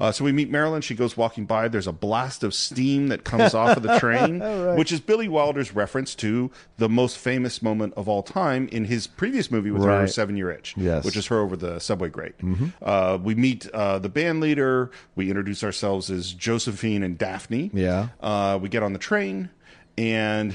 Uh, so we meet Marilyn. She goes walking by. There's a blast of steam that comes off of the train,
Right.
which is Billy Wilder's reference to the most famous moment of all time in his previous movie with her,
Right.
Seven Year Itch,
Yes.
which is her over the subway grate.
Mhm.
Uh, we meet uh, the band leader. We introduce ourselves as Josephine and Daphne.
Yeah.
Uh, we get on the train, and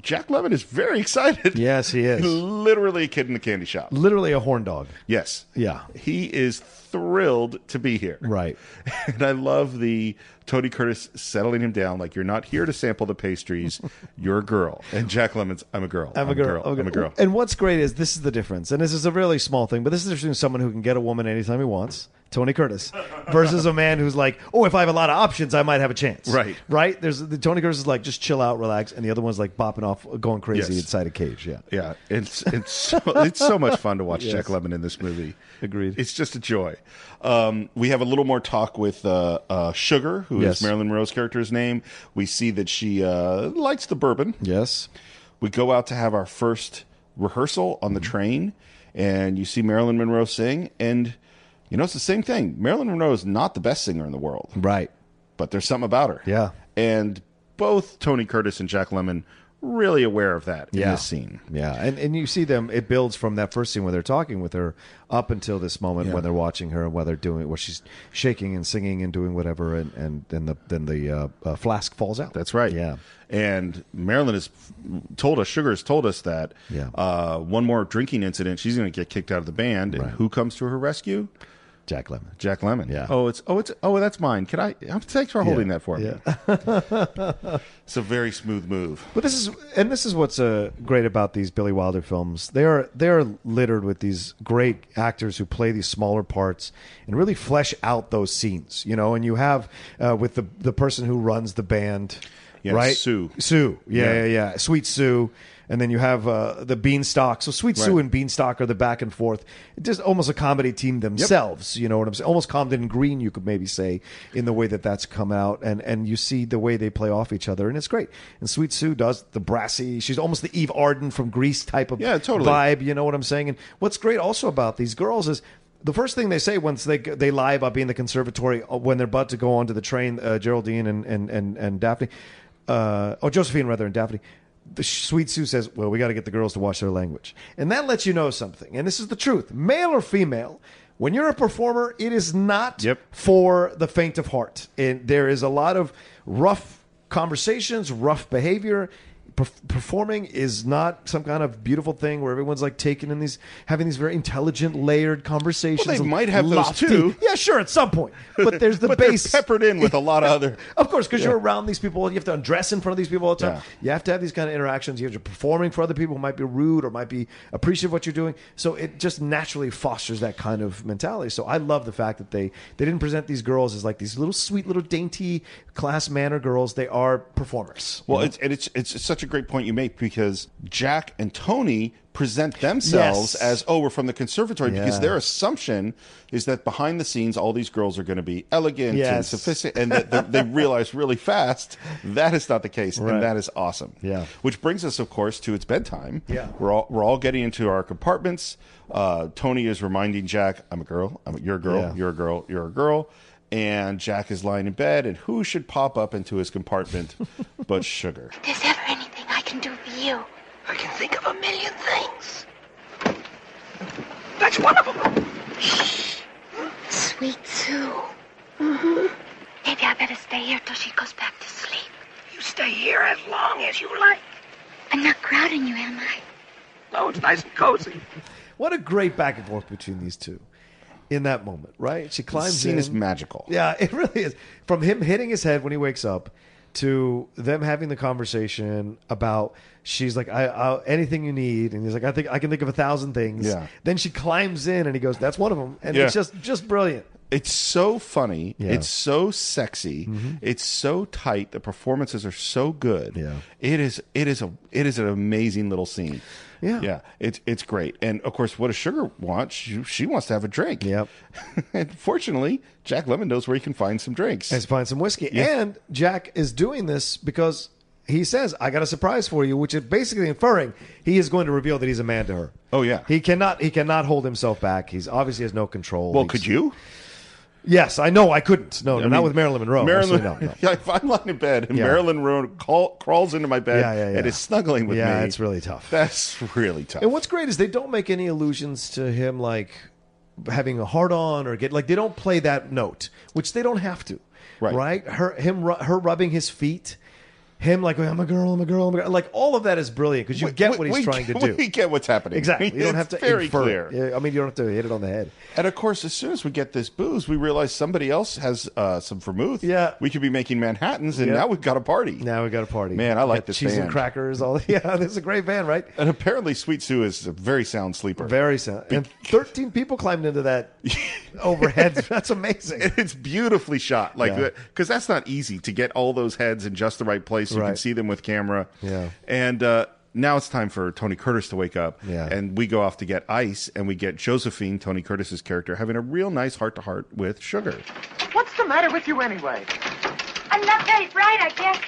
Jack Levin is very excited.
Yes, he is.
Literally a kid in a candy shop.
Literally a horn dog.
Yes.
Yeah.
He is thrilled to be here.
Right.
And I love the Tony Curtis settling him down like you're not here to sample the pastries, you're a girl. And Jack Lemon's I'm a girl.
I'm a girl.
I'm a girl.
And what's great is this is the difference, and this is a really small thing, but this is the difference between someone who can get a woman anytime he wants, Tony Curtis, versus a man who's like, oh, if I have a lot of options, I might have a chance.
Right.
Right. There's the Tony Curtis is like, just chill out, relax, and the other one's like bopping off, going crazy
Yes.
inside a cage. Yeah.
Yeah, it's it's so, it's so much fun to watch
Yes.
Jack Lemon in this movie.
Agreed.
It's just a joy. Um, we have a little more talk with uh, uh, Sugar, who is
Yes.
Marilyn Monroe's character's name. We see that she uh, likes the bourbon.
Yes.
We go out to have our first rehearsal on the
Mm-hmm.
train, and you see Marilyn Monroe sing, and you know it's the same thing. Marilyn Monroe is not the best singer in the world,
Right.
but there's something about her.
Yeah.
and both Tony Curtis and Jack Lemon really aware of that in
Yeah.
this scene.
Yeah, and, and you see them. It builds from that first scene where they're talking with her up until this moment
Yeah.
when they're watching her and where they're doing where she's shaking and singing and doing whatever, and and then the then the uh, uh, flask falls out.
That's right.
Yeah.
And Marilyn has told us, Sugar has told us that
Yeah.
uh, one more drinking incident, she's going to get kicked out of the band. And who comes to her rescue?
Jack Lemon.
Jack Lemon.
Yeah.
Oh, it's oh, it's oh, that's mine. Can I? I'm, thanks for holding that for me. it's a very smooth move.
But this is and this is what's uh, great about these Billy Wilder films. They are they are littered with these great actors who play these smaller parts and really flesh out those scenes. You know, and you have uh, with the the person who runs the band,
Yeah,
right?
Sue.
Sue. Yeah,
Yeah.
yeah, yeah, Sweet Sue. And then you have uh, the Beanstalk. So Sweet Sue
Right.
and Beanstalk are the back and forth, just almost a comedy team themselves. You know what I'm saying? Almost Comden and Green, you could maybe say, in the way that that's come out, and and you see the way they play off each other, and it's great. And Sweet Sue does the brassy. She's almost the Eve Arden from Greece type of
Yeah, totally.
vibe. You know what I'm saying? And what's great also about these girls is. The first thing they say once they they lie about being the conservatory uh, when they're about to go onto the train, uh, Geraldine and and and, and Daphne, uh, oh Josephine rather and Daphne, the sweet Sue says, "Well, we got to get the girls to watch their language," and that lets you know something. And this is the truth: male or female, when you're a performer, it is not
Yep.
for the faint of heart. And there is a lot of rough conversations, rough behavior. Per- performing is not some kind of beautiful thing where everyone's like taking in these, having these very intelligent, layered conversations.
Well, they might have those too.
Yeah, sure, at some point. But there's the
But they're
base.
peppered in with a lot of other.
Of course, because you're around these people, you have to undress in front of these people all the time.
Yeah.
You have to have these kind of interactions. You have to performing for other people who might be rude or might be appreciative of what you're doing. So it just naturally fosters that kind of mentality. So I love the fact that they they didn't present these girls as like these little sweet, little dainty class manner girls. They are performers.
Well, it's, and it's it's such a great point you make because Jack and Tony present themselves
Yes.
as oh we're from the conservatory because
Yeah.
their assumption is that behind the scenes all these girls are going to be elegant and
Yes.
sophisticated and that that they realize really fast that is not the case
Right.
and that is awesome.
Yeah.
Which brings us of course to it's bedtime.
Yeah.
We're all we're all getting into our compartments. Uh, Tony is reminding Jack, I'm a girl, I'm a, you're a girl,
Yeah.
you're a girl, you're a girl. And Jack is lying in bed, and who should pop up into his compartment but Sugar?
If there's ever anything I can do for you,
I can think of a million things. That's one of them.
sweet Sue. Mm-hmm. Maybe I better stay here till she goes back to sleep.
You stay here as long as you like.
I'm not crowding you, am I?
Oh, it's nice and cozy.
What a great back and forth between these two in that moment, right? She climbs
scene
in.
is magical.
Yeah, it really is. From him hitting his head when he wakes up to them having the conversation about she's like I, I anything you need and he's like I think I can think of a thousand things.
Yeah.
Then she climbs in and he goes that's one of them and
Yeah.
it's just just brilliant.
It's so funny.
Yeah. Mm-hmm.
It's so sexy. It's so tight. The performances are so good. Yeah. It is it is a it is an amazing little scene.
Yeah.
Yeah. It's it's great. And of course what does Sugar want? She, she wants to have a drink.
Yep.
and fortunately, Jack Lemon knows where he can find some drinks.
And find some whiskey.
Yeah.
And Jack is doing this because he says, I got a surprise for you, which is basically inferring he is going to reveal that he's a man to her.
Oh yeah.
He cannot he cannot hold himself back. He's obviously has no control.
Well,
He's-
could you?
Yes, I know I couldn't. No, no,
I
not
mean,
with Marilyn Monroe.
Marilyn,
Absolutely not, no.
Yeah, if I'm lying in bed and
Yeah.
Marilyn Monroe call, crawls into my bed
Yeah, yeah, yeah.
and is snuggling with me,
Yeah, it's really tough.
That's really tough.
And what's great is they don't make any allusions to him like having a hard on or get like they don't play that note, which they don't have to. Right. Right? Her him ru- her rubbing his feet, him like "Oh, I'm a girl, I'm a girl, I'm a girl. Like all of that is brilliant because you get what he's
we
trying
get-
to do.
We get what's happening.
Exactly. You don't
It's
have to
very
infer
clear.
it. Yeah, I mean, you don't have to hit it on the head.
And of course, as soon as we get this booze, we realize somebody else has uh, some vermouth. Yeah, we could be making Manhattan's, and
Yeah.
now we've got a party.
Now we got a party.
Man, I
Got
like this
cheese and
band.
crackers. All yeah, this is a great band, right?
And apparently, Sweet Sue is a very sound sleeper.
Very sound. And thirteen people climbed into that overhead. That's amazing.
It's beautifully shot, like
Yeah.
because that's not easy to get all those heads in just the right place. You can
Right.
see them with camera.
Yeah.
And uh, now it's time for Tony Curtis to wake up.
Yeah.
And we go off to get ice, and we get Josephine, Tony Curtis's character, having a real nice heart to heart with Sugar.
What's the matter with you anyway?
I'm not very bright, I guess.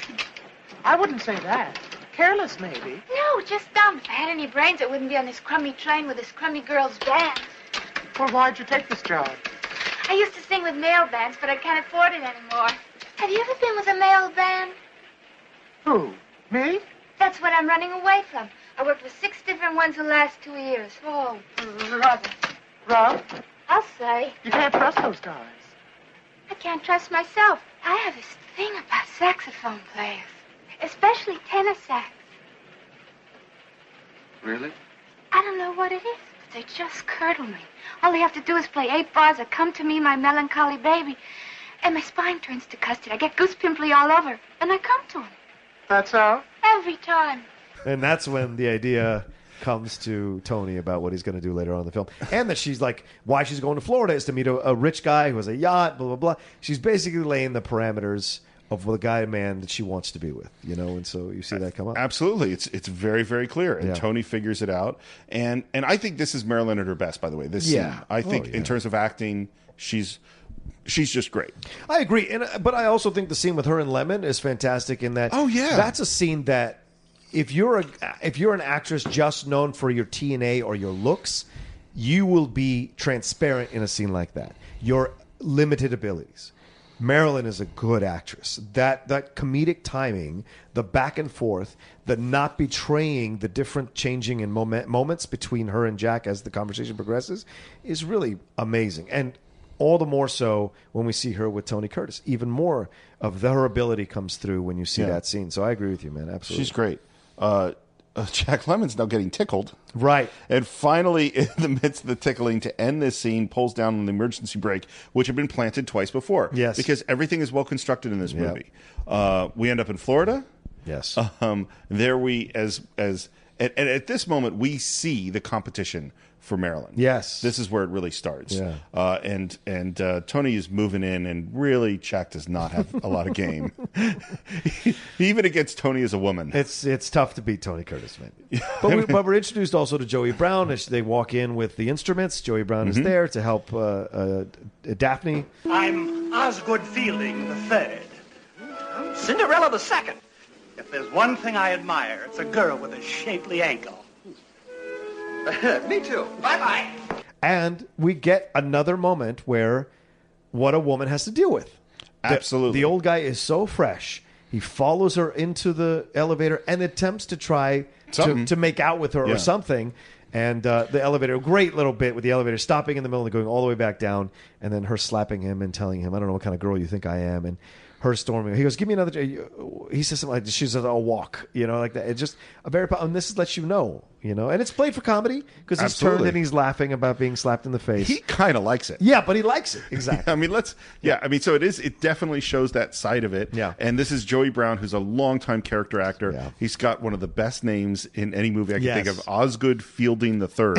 I wouldn't say that. Careless, maybe.
No, just dumb. If I had any brains, I wouldn't be on this crummy train with this crummy girl's band.
Well, why'd you take this job?
I used to sing with male bands, but I can't afford it anymore. Have you ever been with a male band?
Who? Me?
That's what I'm running away from. I worked with six different ones the last two years. Oh, brother.
Rob?
I'll say.
You can't trust those guys.
I can't trust myself. I have this thing about saxophone players, especially tenor sax.
Really?
I don't know what it is, but they just curdle me. All they have to do is play eight bars of Come to Me, My Melancholy Baby, and my spine turns to custard. I get goose pimply all over, and I come to 'em
That's all?
every time.
And that's when the idea comes to Tony about what he's going to do later on in the film. And that she's like, why she's going to Florida is to meet a, a rich guy who has a yacht, blah, blah, blah. She's basically laying the parameters of the guy man that she wants to be with, you know? And so you see that come up.
Absolutely, it's it's very very clear, and
Yeah.
Tony figures it out. and And I think this is Marilyn at her best. By the way, this
Yeah.
scene, I think
Oh,
in terms of acting, she's she's just great.
I agree, and uh, but I also think the scene with her and Lemon is fantastic in that. Oh yeah, that's a scene that if you're a if you're an actress just known for your TNA or your looks, you will be transparent in a scene like that. Your limited abilities. Marilyn is a good actress. That that comedic timing, the back and forth, the not betraying the different changing and moment, moments between her and Jack as the conversation progresses, is really amazing. And all the more so when we see her with Tony Curtis. Even more of the, her ability comes through when you see
Yeah.
that scene. So I agree with you, man. Absolutely.
She's great. Uh, uh, Jack Lemon's now getting tickled.
Right.
And finally, in the midst of the tickling, to end this scene, pulls down on the emergency brake, which had been planted twice before.
Yes.
Because everything is well constructed in this movie. Uh, we end up in Florida.
Yes.
Um, there we, as, as, and, and at this moment, we see the competition for Maryland.
Yes.
This is where it really starts.
Yeah.
Uh, and and uh, Tony is moving in, and really, Jack does not have a lot of game. Even against Tony as a woman.
It's it's tough to beat Tony Curtis, man. But, we, but we're introduced also to Joey Brown. As they walk in with the instruments, Joey Brown is
Mm-hmm.
Mhm.
there to help uh, uh, Daphne.
I'm Osgood Fielding the third. I'm Cinderella the second. If there's one thing I admire, it's a girl with a shapely ankle.
Me too.
Bye-bye.
and we get another moment where what a woman has to deal with. The-
Absolutely.
The, old guy is so fresh. He follows her into the elevator and attempts to try to,
Something.
to make out with her
Yeah.
or something. And uh, the elevator, great little bit with the elevator stopping in the middle and going all the way back down, and then her slapping him and telling him, "I don't know what kind of girl you think I am," and her storming. He goes, "Give me another." j-" He says something like, "She says I'll walk," you know, like that. It's just a very. And this lets you know, you know, and it's played for comedy because he's turned
Absolutely.
and he's laughing about being slapped in the face.
He kind of likes it.
Yeah, but he likes it exactly.
I mean, let's. Yeah, I mean, so it is. It definitely shows that side of it. Yeah. And this is Joey Brown, who's a longtime character actor. He's got one of the best names in any movie I can think
Yes.
of. Osgood Fielding the Third.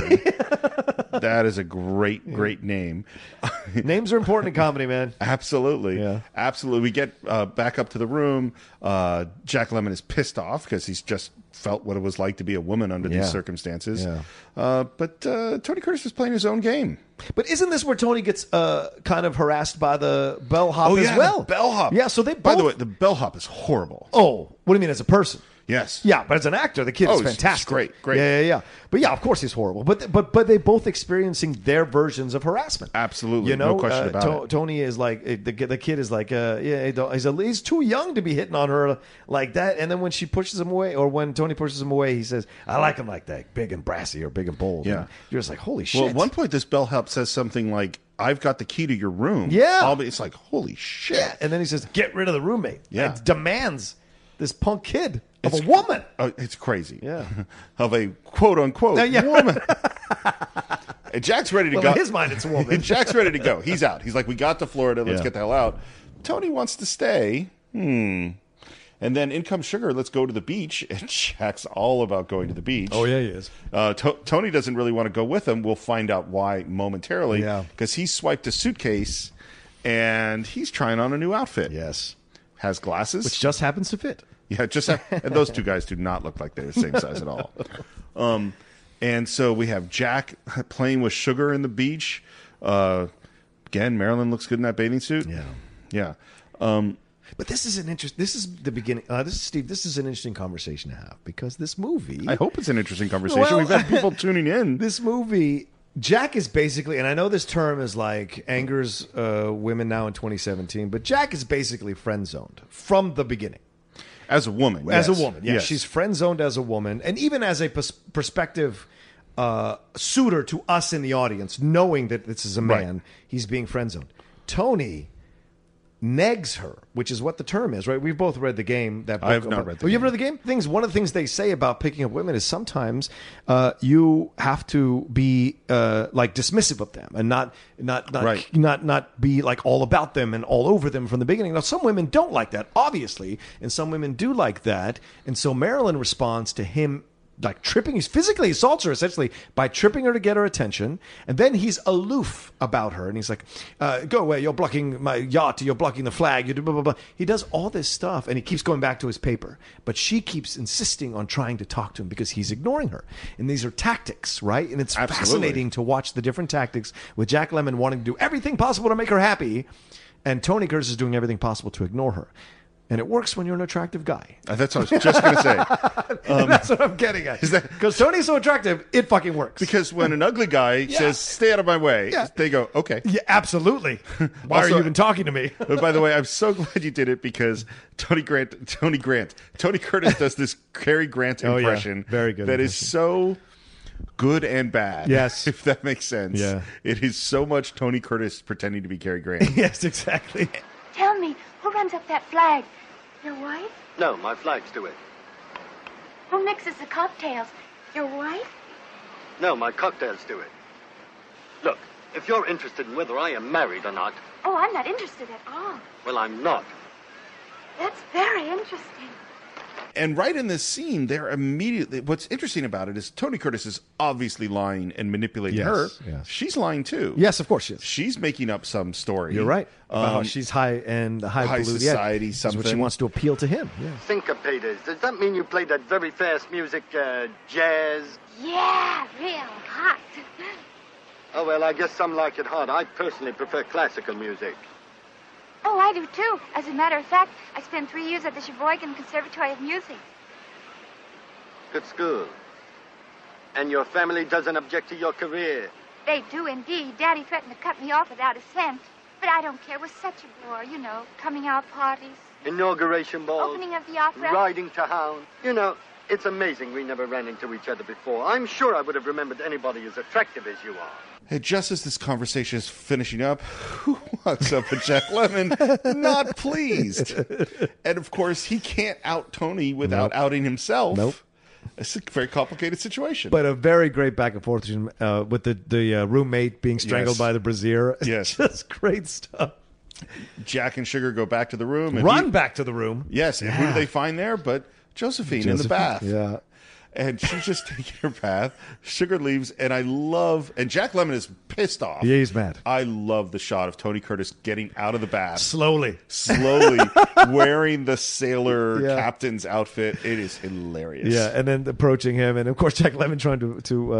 that is a great, great name.
Names are important in comedy, man.
Absolutely. Yeah. Absolutely. We get uh, back up to the room. Uh, Jack Lemon is pissed off because he's just felt what it was like to be a woman under
Yeah.
these circumstances.
Yeah.
Uh, but uh, Tony Curtis was playing his own game.
But isn't this where Tony gets uh, kind of harassed by the bellhop as well?
Oh, the bellhop.
Oh, Yeah, so they both.
By the way, the bellhop is horrible.
oh, what do you mean as a person?
Yes.
Yeah, but as an actor, the kid
Oh,
is
he's- he's
fantastic.
great, great.
Yeah, yeah, yeah. But yeah, of course he's horrible. But but but they both experiencing their versions of harassment.
Absolutely.
You know,
no question
uh,
about
To-
it.
Tony is like eh, the, ki- the kid is like, uh, yeah, he don't- he's a, he's too young to be hitting on her like that. And then when she pushes him away, or when Tony pushes him away, he says, "I like him like that, big and brassy, or big and bold."
Yeah.
And you're just like, "Holy shit!"
Well, at one point, this bellhop says something like, I've got the key to your room.
Yeah.
I'll be- it's like, holy shit.
Yeah. And then he says, "Get rid of the roommate."
Yeah.
It demands this punk kid of a woman.
Oh, it's crazy.
Yeah. Uh,
of a quote unquote woman. And Jack's ready to
Well,
go.
in his mind, it's a woman.
Jack's ready to go. He's out. He's like, we got to Florida. Let's
Yeah.
get the hell out. Tony wants to stay. Hmm. And then in comes Sugar. Let's go to the beach. And Jack's all about going to the beach.
Oh, yeah, he is.
Uh, to- Tony doesn't really want to go with him. We'll find out why momentarily.
Yeah.
Because he swiped a suitcase and he's trying on a new outfit.
Yes.
Has glasses.
Which just happens to fit.
Yeah, just and those two guys do not look like they're the same size at all. Um, and so we have Jack playing with Sugar in the beach. Uh, again, Marilyn looks good in that bathing suit. Yeah, yeah. Um,
But this is an interest. This is the beginning. Uh, this is Steve. This is an interesting conversation to have because this movie.
I hope it's an interesting conversation.
Well-
We've had people tuning in.
This movie, Jack is basically, and I know this term is like angers uh, women now in 2017, but Jack is basically friend zoned from the beginning.
As a woman,
as
yes.
a woman, yeah,
Yes.
she's friend zoned as a woman, and even as a pers- prospective uh, suitor to us in the audience, knowing that this is a
Right.
man, he's being friend zoned. Tony negs her, which is what the term is, right? We've both read the game. That book
I have not
about-
read The
Oh, you haven't read the game? Things. One of the things they say about picking up women is sometimes uh, you have to be uh, like dismissive of them and not not not,
Right.
not not be like all about them and all over them from the beginning. Now, some women don't like that, obviously, and some women do like that, and so Marilyn responds to him. Like tripping, he's physically assaults her essentially by tripping her to get her attention, and then he's aloof about her, and he's like, uh, "Go away! You're blocking my yacht. You're blocking the flag. You do blah blah blah." He does all this stuff, and he keeps going back to his paper, but she keeps insisting on trying to talk to him because he's ignoring her, and these are tactics, right? And it's
Absolutely.
fascinating to watch the different tactics with Jack Lemon wanting to do everything possible to make her happy, and Tony Curtis is doing everything possible to ignore her. And it works when you're an attractive guy.
Uh, That's what I was just going to say.
That's what I'm getting at. Because Tony's so attractive, it fucking works.
Because when an ugly guy says, "Stay out of my way,"
Yeah.
they go, "Okay."
Yeah, absolutely. Why are
Also-
you even talking to me?
But by the way, I'm so glad you did it because Tony Grant, Tony Grant, Tony Curtis does this Cary Grant
Oh, yeah.
impression.
Very good
That is so good and bad.
Yes.
if that makes sense.
Yeah.
it is so much Tony Curtis pretending to be Cary Grant.
yes, exactly.
Tell me, who runs up that flag? Your wife?
No, my flags do it.
Who mixes the cocktails? Your wife?
No, my cocktails do it. Look, if you're interested in whether I am married or not,
Oh, I'm not interested at all.
well, I'm not.
That's very interesting.
And right in this scene, they're immediately. What's interesting about it is Tony Curtis is obviously lying and manipulating
Yes,
her.
yes.
She's lying too.
Yes, of course she is.
She's making up some story.
You're right. About how
Um,
she's high and
high
high, polluted.
society,
yeah, That's what she
something.
wants to appeal to him. Yeah.
Syncopators. Does that mean you play that very fast music, uh, jazz?
Yeah, real hot.
Oh, well, I guess some like it hard. I personally prefer classical music.
Oh, I do too. As a matter of fact, I spent three years at the Sheboygan Conservatory of Music.
Good school. And your family doesn't object to your career.
They do indeed. Daddy threatened to cut me off without a cent. But I don't care. It was such a bore, you know, coming out parties,
Inauguration ball.
opening of the opera.
Riding to hound. You know,
It's amazing we never ran into each other before. I'm sure I would have remembered anybody as attractive as you are.
Hey, just as this conversation is finishing up, who walks up with Jack Lemon, not pleased? And of course, he can't out Tony without outing himself. Nope. It's a very complicated situation.
But a very great back and forth between, uh, with the the uh, roommate being strangled
Yes.
by the brazier.
Yes.
That's great stuff.
Jack and Sugar go back to the room. And
Run
he-
back to the room.
Yes, and who do they find there but Josephine, in the
Josephine,
bath?
yeah.
And she's just taking her bath. Sugar leaves, and I love. And Jack Lemon is pissed off.
Yeah, he's mad.
I love the shot of Tony Curtis getting out of the bath
Slowly.
slowly, wearing the sailor
Yeah.
captain's outfit. It is hilarious.
Yeah, and then approaching him, and of course Jack Lemon trying to to uh,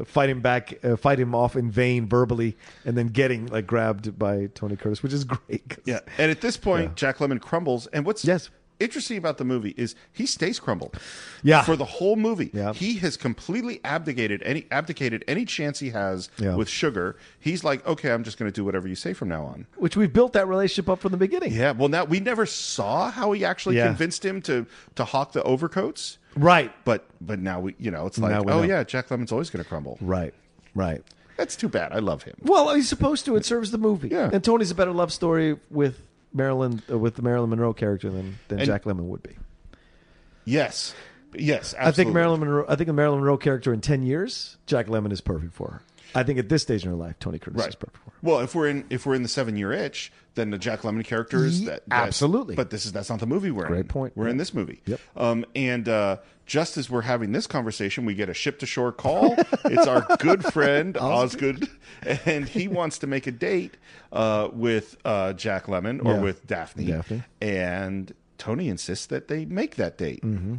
uh, fight him back, uh, fight him off in vain verbally, and then getting like grabbed by Tony Curtis, which is great. 'cause-
Yeah. And at this point, Jack Lemon crumbles. And what's interesting about the movie is he stays crumbled.
Yeah.
For the whole movie. Yeah. He has completely abdicated any abdicated any chance he has
Yeah.
with sugar. He's like, okay, I'm just gonna do whatever you say from now on.
which we've built that relationship up from the beginning.
Yeah. Well now we never saw how he actually
Yeah.
convinced him to to hawk the overcoats.
Right.
But but now we you know, it's like,
Now
oh
we know.
yeah, Jack Lemon's always gonna crumble.
Right. Right.
That's too bad. I love him.
Well, he's supposed to. It serves the movie. Yeah. And Tony's a better love story with Marilyn uh, with the Marilyn Monroe character than than
And-
Jack Lemon would be.
Yes. Yes, absolutely.
I think Marilyn Monroe. I think a Marilyn Monroe character in ten years, Jack Lemon is perfect for her. I think at this stage in her life, Tony Curtis is perfect.
Well, if we're in if we're in the seven year itch, then the Jack Lemon character is
Ye-
that, that-
absolutely.
But this is that's not the movie we're in. Great point. We're in this movie. Yep. Um, and uh, just as we're having this conversation, we get a ship to shore call. it's our good friend Osgood, and he wants to make a date uh, with uh, Jack Lemon or
Yeah.
with Daphne.
Daphne.
And Tony insists that they make that date. Mm-hmm.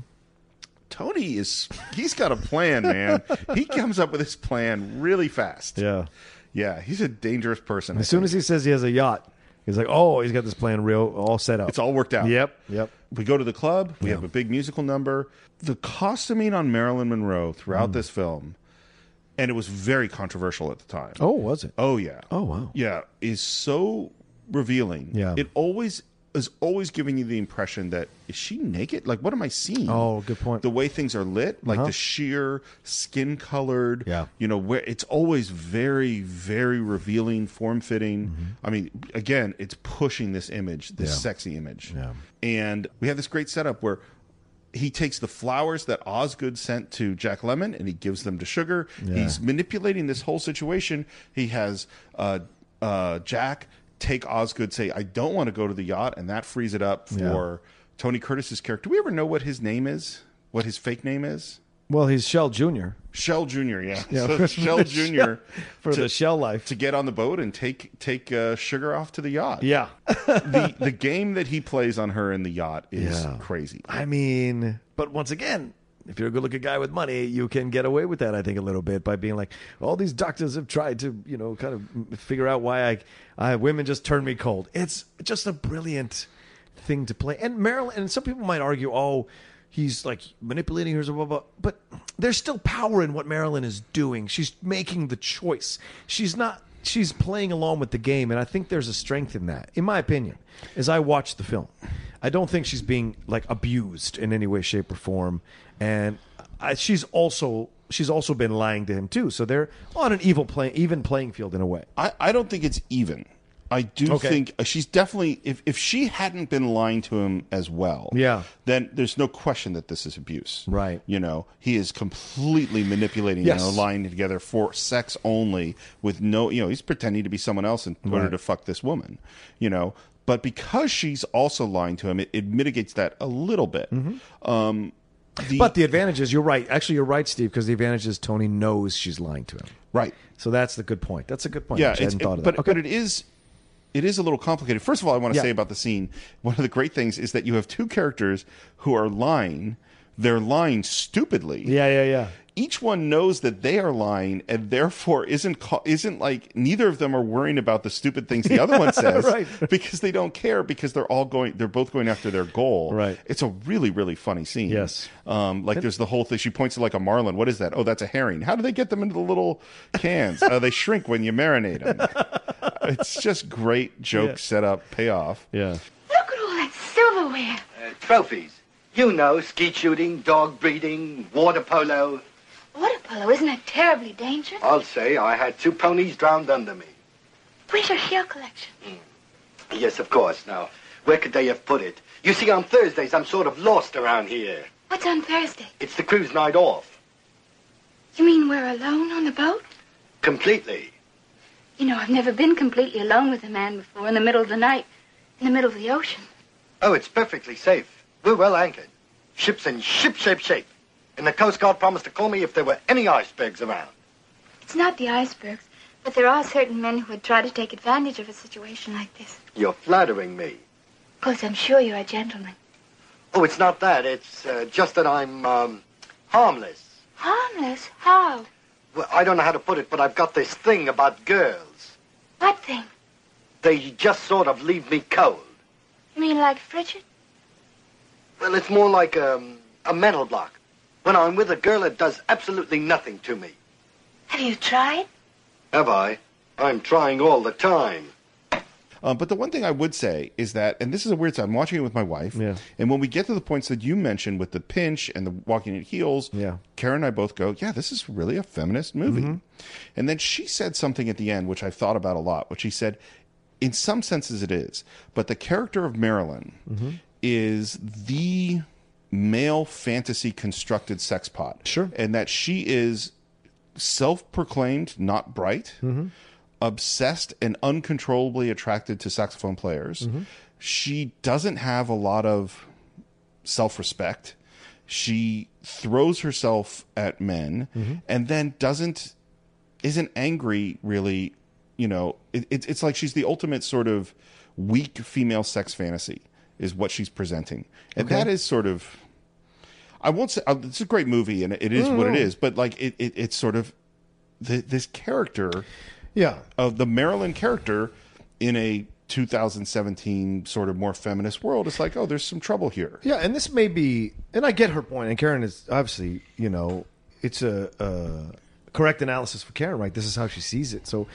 Tony is he's got a plan, man. he comes up with his plan really fast.
Yeah.
Yeah, he's a dangerous person.
As soon as he says he has a yacht, he's like, "Oh, he's got this plan real, all set up.
It's all worked out.
Yep, yep.
We go to the club. We have a big musical number. The costuming on Marilyn Monroe throughout
Mm.
this film, and it was very controversial at the time.
Oh, was it?
Oh yeah.
Oh wow.
Yeah, is so revealing.
Yeah.
It always is always giving you the impression that is she naked? Like what am I seeing?
Oh, good point.
The way things are lit, like
Uh-huh.
the sheer skin colored,
Yeah.
you know, where it's always very very revealing, form fitting. I mean, again, it's pushing this image, this
Mm-hmm. Yeah.
sexy image.
Yeah.
And we have this great setup where he takes the flowers that Osgood sent to Jack Lemon and he gives them to Sugar.
Yeah.
He's manipulating this whole situation. He has uh, uh, Jack take Osgood, say, I don't want to go to the yacht, and that frees it up
Yeah.
for Tony Curtis's character. Do we ever know what his name is? What his fake name is?
Well, he's Shell Junior.
Shell Jr., yeah.
Yeah,
so
for
Shell
the
Jr.
Shell- for the Shell life.
To get on the boat and take take uh, Sugar off to the yacht.
Yeah.
the, the game that he plays on her in the yacht is
Yeah.
crazy.
I mean, but once again, if you're a good-looking guy with money, you can get away with that. I think a little bit by being like, all these doctors have tried to, you know, kind of figure out why I, I women just turn me cold. It's just a brilliant thing to play. And Marilyn, and some people might argue, oh, he's like manipulating her, blah blah. blah. But there's still power in what Marilyn is doing. She's making the choice. She's not. She's playing along with the game, and I think there's a strength in that, in my opinion. As I watch the film, I don't think she's being like abused in any way, shape, or form, and I, she's also she's also been lying to him too. So they're on an evil play, even playing field in a way.
I, I don't think it's even. I do
Okay.
think uh, she's definitely if, if she hadn't been lying to him as well,
Yeah.
then there's no question that this is abuse.
Right.
You know, he is completely manipulating
Yes.
and lying together for sex only with no you know, he's pretending to be someone else in order
Right.
to fuck this woman. You know. But because she's also lying to him, it, it mitigates that a little bit. Um the,
Mm-hmm. but the advantage is you're right. Actually, you're right, Steve, because the advantage is Tony knows she's lying to him.
Right.
So that's the good point. That's a good point.
Yeah,
Actually, I
it's,
hadn't thought of
but,
that.
but it is it is a little complicated. First of all, I want to
Yeah.
say about the scene, one of the great things is that you have two characters who are lying. They're lying stupidly.
Yeah, yeah, yeah.
Each one knows that they are lying, and therefore isn't ca- isn't like neither of them are worrying about the stupid things the other one says,
Right.
Because they don't care because they're all going, they're both going after their goal,
Right.
It's a really really funny scene.
Yes.
um, like there's the whole thing. She points to like a marlin. What is that? Oh, that's a herring. How do they get them into the little cans? uh, they shrink when you marinate them. it's just great joke
Yeah.
setup payoff.
Yeah.
Look at all that silverware.
Uh, trophies. You know, skeet shooting, dog breeding, water polo.
Water polo, isn't that terribly dangerous?
I'll say I had two ponies drowned under me.
Where's your heel collection?
Mm. Yes, of course. Now, where could they have put it? You see, on Thursdays, I'm sort of lost around here.
What's on Thursday?
It's the cruise night off.
You mean we're alone on the boat?
Completely.
You know, I've never been completely alone with a man before in the middle of the night, in the middle of the ocean.
Oh, it's perfectly safe. We're well anchored. Ship's in ship-shape shape. And the Coast Guard promised to call me if there were any icebergs around.
It's not the icebergs, but there are certain men who would try to take advantage of a situation like this.
You're flattering me.
Of course, I'm sure you're a gentleman.
Oh, it's not that. It's uh, just that I'm um, harmless.
Harmless? How?
Well, I don't know how to put it, but I've got this thing about girls.
What thing?
They just sort of leave me cold.
You mean like frigid?
Well, it's more like um, a mental block. When I'm with a girl, it does absolutely nothing to me.
Have you tried?
Have I? I'm trying all the time.
Um, but the one thing I would say is that, and this is a weird time, I'm watching it with my wife.
Yeah.
And when we get to the points that you mentioned with the pinch and the walking in heels,
Yeah. Mm-hmm.
Karen and I both go, yeah, this is really a feminist movie. And then she said something at the end, which I've thought about a lot, which she said, in some senses it is, but the character of Marilyn
Mm-hmm.
is the male fantasy constructed sex pot. Sure. And that she is self proclaimed not bright
Mhm.
obsessed and uncontrollably attracted to saxophone players.
Mhm.
She doesn't have a lot of self respect. She throws herself at men
Mhm.
and then doesn't, isn't angry really. You know, it, it, it's like she's the ultimate sort of weak female sex fantasy, is what she's presenting. And
Okay.
that is sort of. I won't say uh, it's a great movie and it is what it
Mm.
is, but like it, it it's sort of th this character
yeah
of the Maryland character in a 2017 sort of more feminist world. It's like, oh, there's some trouble here.
Yeah, and this may be, and I get her point, and Karen is obviously, you know, it's a, a correct analysis for Karen, right? This is how she sees it. So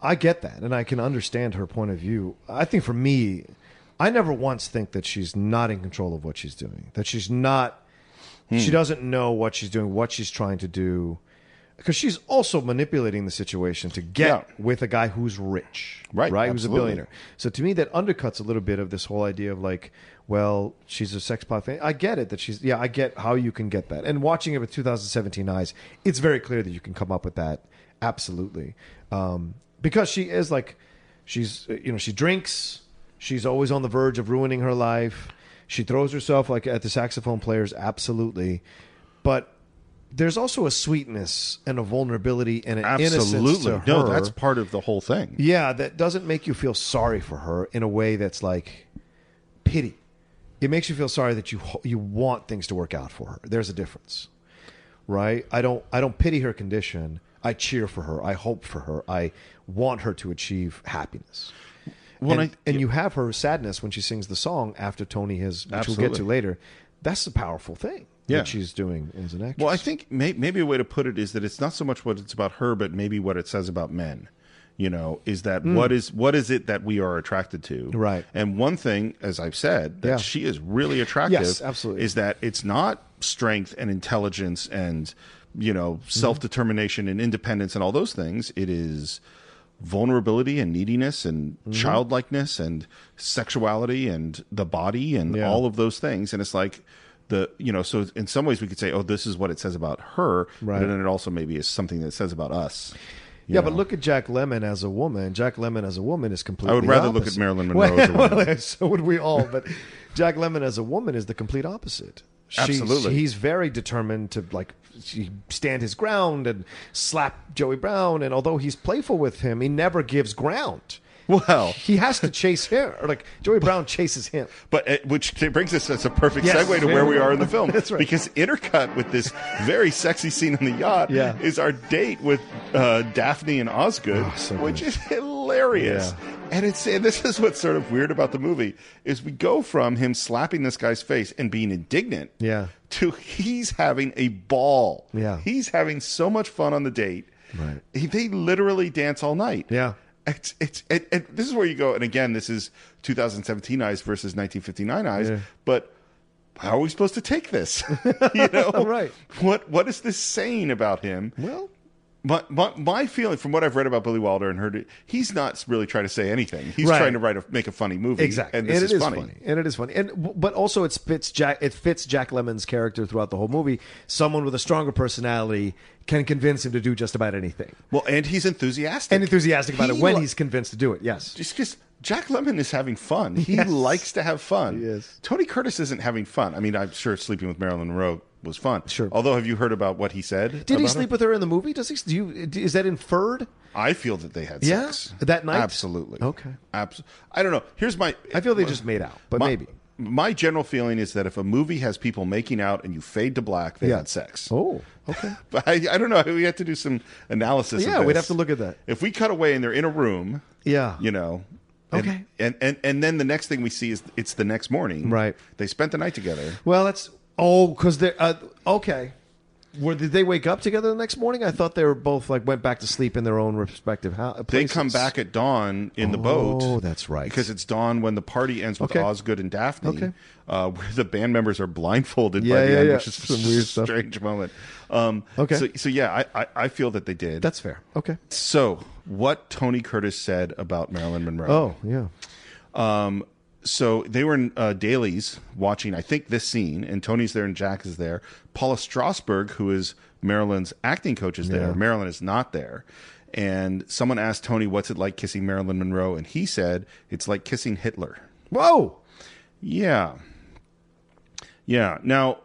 I get that, and I can understand her point of view. I think for me, I never once think that she's not in control of what she's doing, that she's not, she doesn't know what she's doing, what she's trying to do, because she's also manipulating the situation to get with a guy who's rich, right? Right, who's a
absolutely.
billionaire. So to me, that undercuts a little bit of this whole idea of like, well, she's a sex pot thing. I get it that she's, yeah, I get how you can get that. And watching it with 2017 eyes, it's very clear that you can come up with that absolutely, um, because she is like, she's, uh, you know, she drinks, she's always on the verge of ruining her life. She throws herself like at the saxophone players, absolutely, but. There's also a sweetness and a vulnerability and an innocence to
Absolutely. No,
her
that's part of the whole thing.
yeah, that doesn't make you feel sorry for her in a way that's like pity. It makes you feel sorry that you ho- you want things to work out for her. There's a difference, right? I don't I don't pity her condition. I cheer for her. I hope for her. I want her to achieve happiness.
When
and,
I-
and you have her sadness when she sings the song after Tony has, which we'll get to
Absolutely.
later. That's a powerful thing
Yeah.
that she's doing as an actress.
Well, I think may, maybe a way to put it is that it's not so much what it's about her, but maybe what it says about men. You know, is that
Mm.
what is what is it that we are attracted to?
Right.
And one thing, as I've said, that
Yeah.
she is really attractive.
Yes, absolutely.
Is that it's not strength and intelligence and you know
Mm-hmm.
self determination and independence and all those things. It is vulnerability and neediness and
Mm-hmm.
childlikeness and sexuality and the body and
Yeah.
all of those things. And it's like the you know so in some ways we could say oh this is what it says about her
Right.
but then it also maybe is something that it says about us you
yeah,
know?
but look at Jack Lemon as a woman. Jack Lemon as a woman is completely.
I would rather look
opposite.
at Marilyn Monroe as a woman.
so would we all. But Jack Lemon as a woman is the complete opposite. She-
Absolutely.
he's very determined to like she- stand his ground and slap Joey Brown. And although he's playful with him, he never gives ground.
Well,
he has to chase her. Or like Joey Brown chases him.
but uh, which t- brings us as a perfect
Yes.
segue to where we are in the film
That's right.
because intercut with this very sexy scene on the yacht
Yeah. Oh,
is our date with uh, daphne and osgood which is hilarious
Yeah.
and it's and this is what's sort of weird about the movie is we go from him slapping this guy's face and being indignant
Yeah.
to he's having a ball
Yeah.
he's having so much fun on the date
Right.
He, they literally dance all night.
Yeah.
It's, it's, it, it, this is where you go. And again, this is 2017 eyes versus 1959 eyes.
Yeah.
But how are we supposed to take this? you know, right? What what is this saying about him? Well, my, my my feeling from what I've read about Billy Wilder and heard, it, he's not really trying to say anything. He's
Right.
trying to write a make a funny movie,
Exactly,
And this
it
is, funny.
and it is funny, and but also it fits Jack. It fits Jack Lemon's character throughout the whole movie. Someone with a stronger personality can convince him to do just about anything.
Well, and he's enthusiastic
and enthusiastic about
He
it when
li-
he's convinced to do it. Yes,
It's just Jack Lemon is having fun. He
Yes.
likes to have fun. Yes. Tony Curtis isn't having fun. I mean, I'm sure sleeping with Marilyn Monroe was fun. Sure. Although, have you heard about what he said?
did he
about
sleep
her?
with her in the movie? Does he? Do you? Is that inferred?
I feel that they had
Yeah?
sex
That night?
Absolutely.
Okay.
Abs- I don't know. Here's my. I feel
they just made out, but maybe.
My general feeling is that if a movie has people making out and you fade to black, they had sex.
Oh, okay.
But I, I don't know. We have to do some analysis. of
yeah, we'd
this.
have to look at that.
If we cut away and they're in a room,
Yeah.
you know. and-
Okay.
And, and and then the next thing we see is it's the next morning. Right. They spent the night together.
Well, that's oh, because they uh, okay. Were did they wake up together the next morning? I thought they were both like went back to sleep in their own respective house.
They come back at dawn in the boat.
Oh, that's right.
Because it's dawn when the party ends with
Okay.
Osgood and Daphne,
Okay.
uh, where the band members are blindfolded by
Yeah,
the
yeah,
end,
yeah.
which is
Some
some
weird
weird
stuff.
strange moment. Um,
Okay.
So, so yeah, I, I, I feel that they did.
That's fair. Okay.
So, what Tony Curtis said about Marilyn Monroe?
Oh yeah.
Um, so they were in uh, dailies watching, I think, this scene, and Tony's there and Jack is there. Paula Strasberg, who is Marilyn's acting coach, is there.
Yeah.
Marilyn is not there. And someone asked Tony, what's it like kissing Marilyn Monroe? And he said, it's like kissing Hitler.
Whoa.
Yeah. Yeah. Now,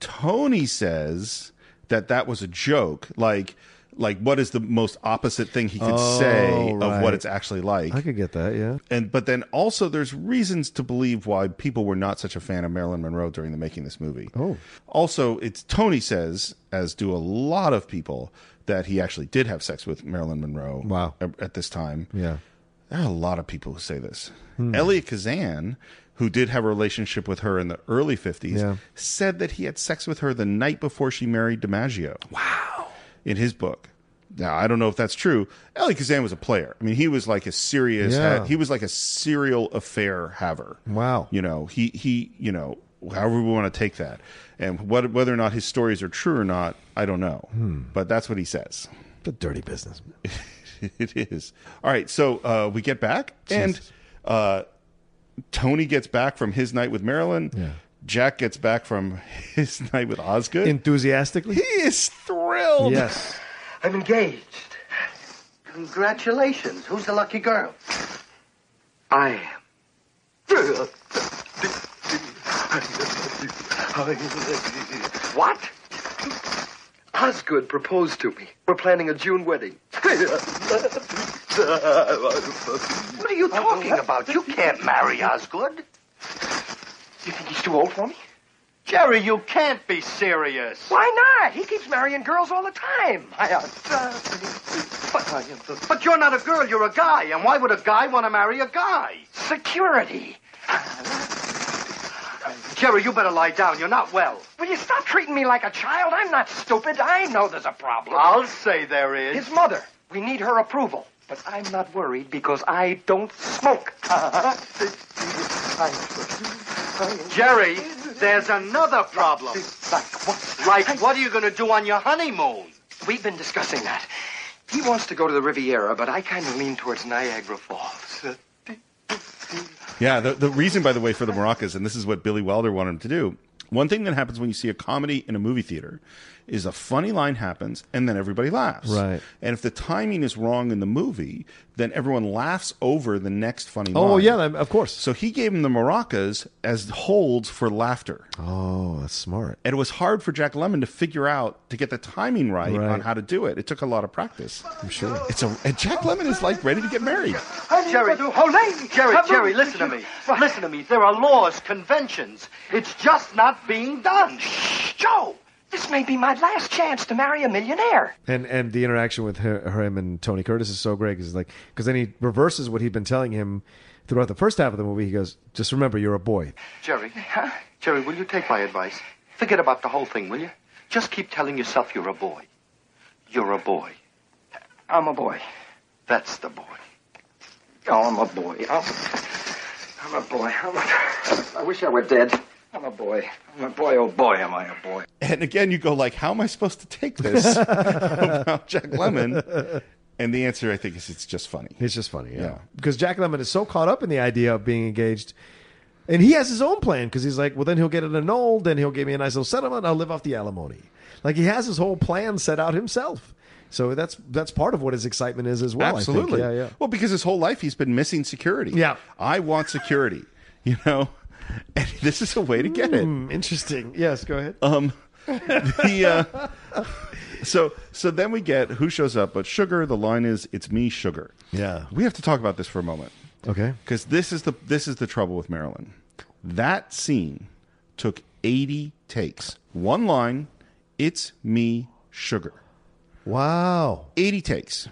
Tony says that that was a joke. Like, like what is the most opposite thing he could say
Oh,
of
right.
what it's actually like?
I could get that. Yeah.
and but then also there's reasons to believe why people were not such a fan of Marilyn Monroe during the making of this movie. Oh. Also, it's Tony says, as do a lot of people, that he actually did have sex with Marilyn Monroe. Wow. At, at this time.
Yeah.
There are a lot of people who say this.
Hmm.
Elliot Kazan, who did have a relationship with her in the early 50s,
Yeah.
said that he had sex with her the night before she married DiMaggio. Wow. In his book. Now, I don't know if that's true. Elliot Kazan was a player. I mean, he was like a serious,
Yeah.
had- he was like a serial affair haver.
Wow.
You know, he, he, you know, however we want to take that. And what, whether or not his stories are true or not, I don't know.
Hmm.
But that's what he says.
The dirty business.
it is. All right. So uh, we get back, and uh, Tony gets back from his night with Marilyn. Jack gets back from his night with Osgood.
Enthusiastically?
He is thrilled.
Yes.
I'm engaged. Congratulations. Who's the lucky girl? I am.
What? Osgood proposed to me. We're planning a June wedding.
What are you talking about? You can't marry Osgood.
You think he's too old for me?
Jerry, you can't be serious.
Why not? He keeps marrying girls all the time. I, uh,
But you're not a girl, you're a guy. And why would a guy want to marry a guy?
security.
Jerry, you better lie down. You're not well.
Will you stop treating me like a child? I'm not stupid. I know there's a problem.
I'll say there is.
His mother. We need her approval. But I'm not worried because I don't smoke.
Jerry, there's another problem. Like, what are you going to do on your honeymoon?
We've been discussing that. He wants to go to the Riviera, but I kind of lean towards Niagara
Uh,
Falls.
Yeah, the, the reason, by the way, for the maracas, and this is what Billy Wilder wanted him to do. One thing that happens when you see a comedy in a movie theater is a funny line happens and then everybody laughs.
Right.
And if the timing is wrong in the movie, then everyone laughs over the next funny line.
Oh, yeah, of course.
So he gave him the maracas as holds for laughter.
Oh, that's smart.
And it was hard for Jack Lemon to figure out to get the timing right,
Right.
on how to do it. It took a lot of practice.
I'm sure.
It's a and Jack Lemon is like ready to get married.
Jerry, Jerry, Jerry, listen to me. Listen to me. There are laws, conventions. It's just not being done.
Joe, this may be my last chance to marry a millionaire.
And and the interaction with her, him and Tony Curtis is so great because like because then he reverses what he'd been telling him throughout the first half of the movie. He goes, "Just remember, you're a boy."
Jerry, Jerry, will you take my advice? Forget about the whole thing, will you? Just keep telling yourself you're a boy. You're a boy.
I'm a boy.
That's the boy.
Oh, I'm a boy. I'm, I'm a boy. I'm a, I wish I were dead. I'm a boy. I'm a boy. Oh boy, am I a boy.
And again, you go like, how am I supposed to take this about Jack Lemon? And the answer, I think, is it's just funny.
It's just funny, yeah. Because Jack Lemon is so caught up in the idea of being engaged. And he has his own plan because he's like, well, then he'll get it annulled, then he'll give me a nice little settlement, and I'll live off the alimony. Like he has his whole plan set out himself. So that's that's part of what his excitement is as well. I think.
Absolutely.
Yeah, yeah.
Well, because his whole life he's been missing security. Yeah. I want security, you know? And this is a way to get
Hmm, interesting. Yes, go ahead.
it. Um, the, uh, so, so then we get who shows up, but Sugar, the line is, it's me, Sugar.
Yeah.
We have to talk about this for a moment.
Okay.
Because this is the this is the trouble with Marilyn. That scene took 80 takes. One line, it's me sugar.
Wow.
80 takes.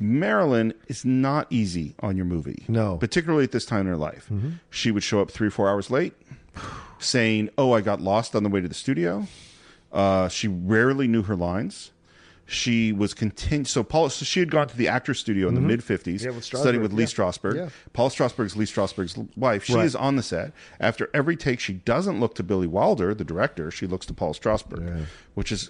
Marilyn is not easy on your movie.
No.
Particularly at this time in her life.
Mhm.
She would show up three or four hours late saying, Oh, I got lost on the way to the studio. Uh, she rarely knew her lines. She was contin So, Paul, so she had gone to the actor's studio in
Mhm.
the mid 50s,
Yeah, with
studying with
Strasberg,
Lee
yeah.
Strasberg.
Yeah.
Paul Strasberg's Lee Strasberg's l- wife. She
Right.
is on the set. After every take, she doesn't look to Billy Wilder, the director. She looks to Paul Strasberg, which is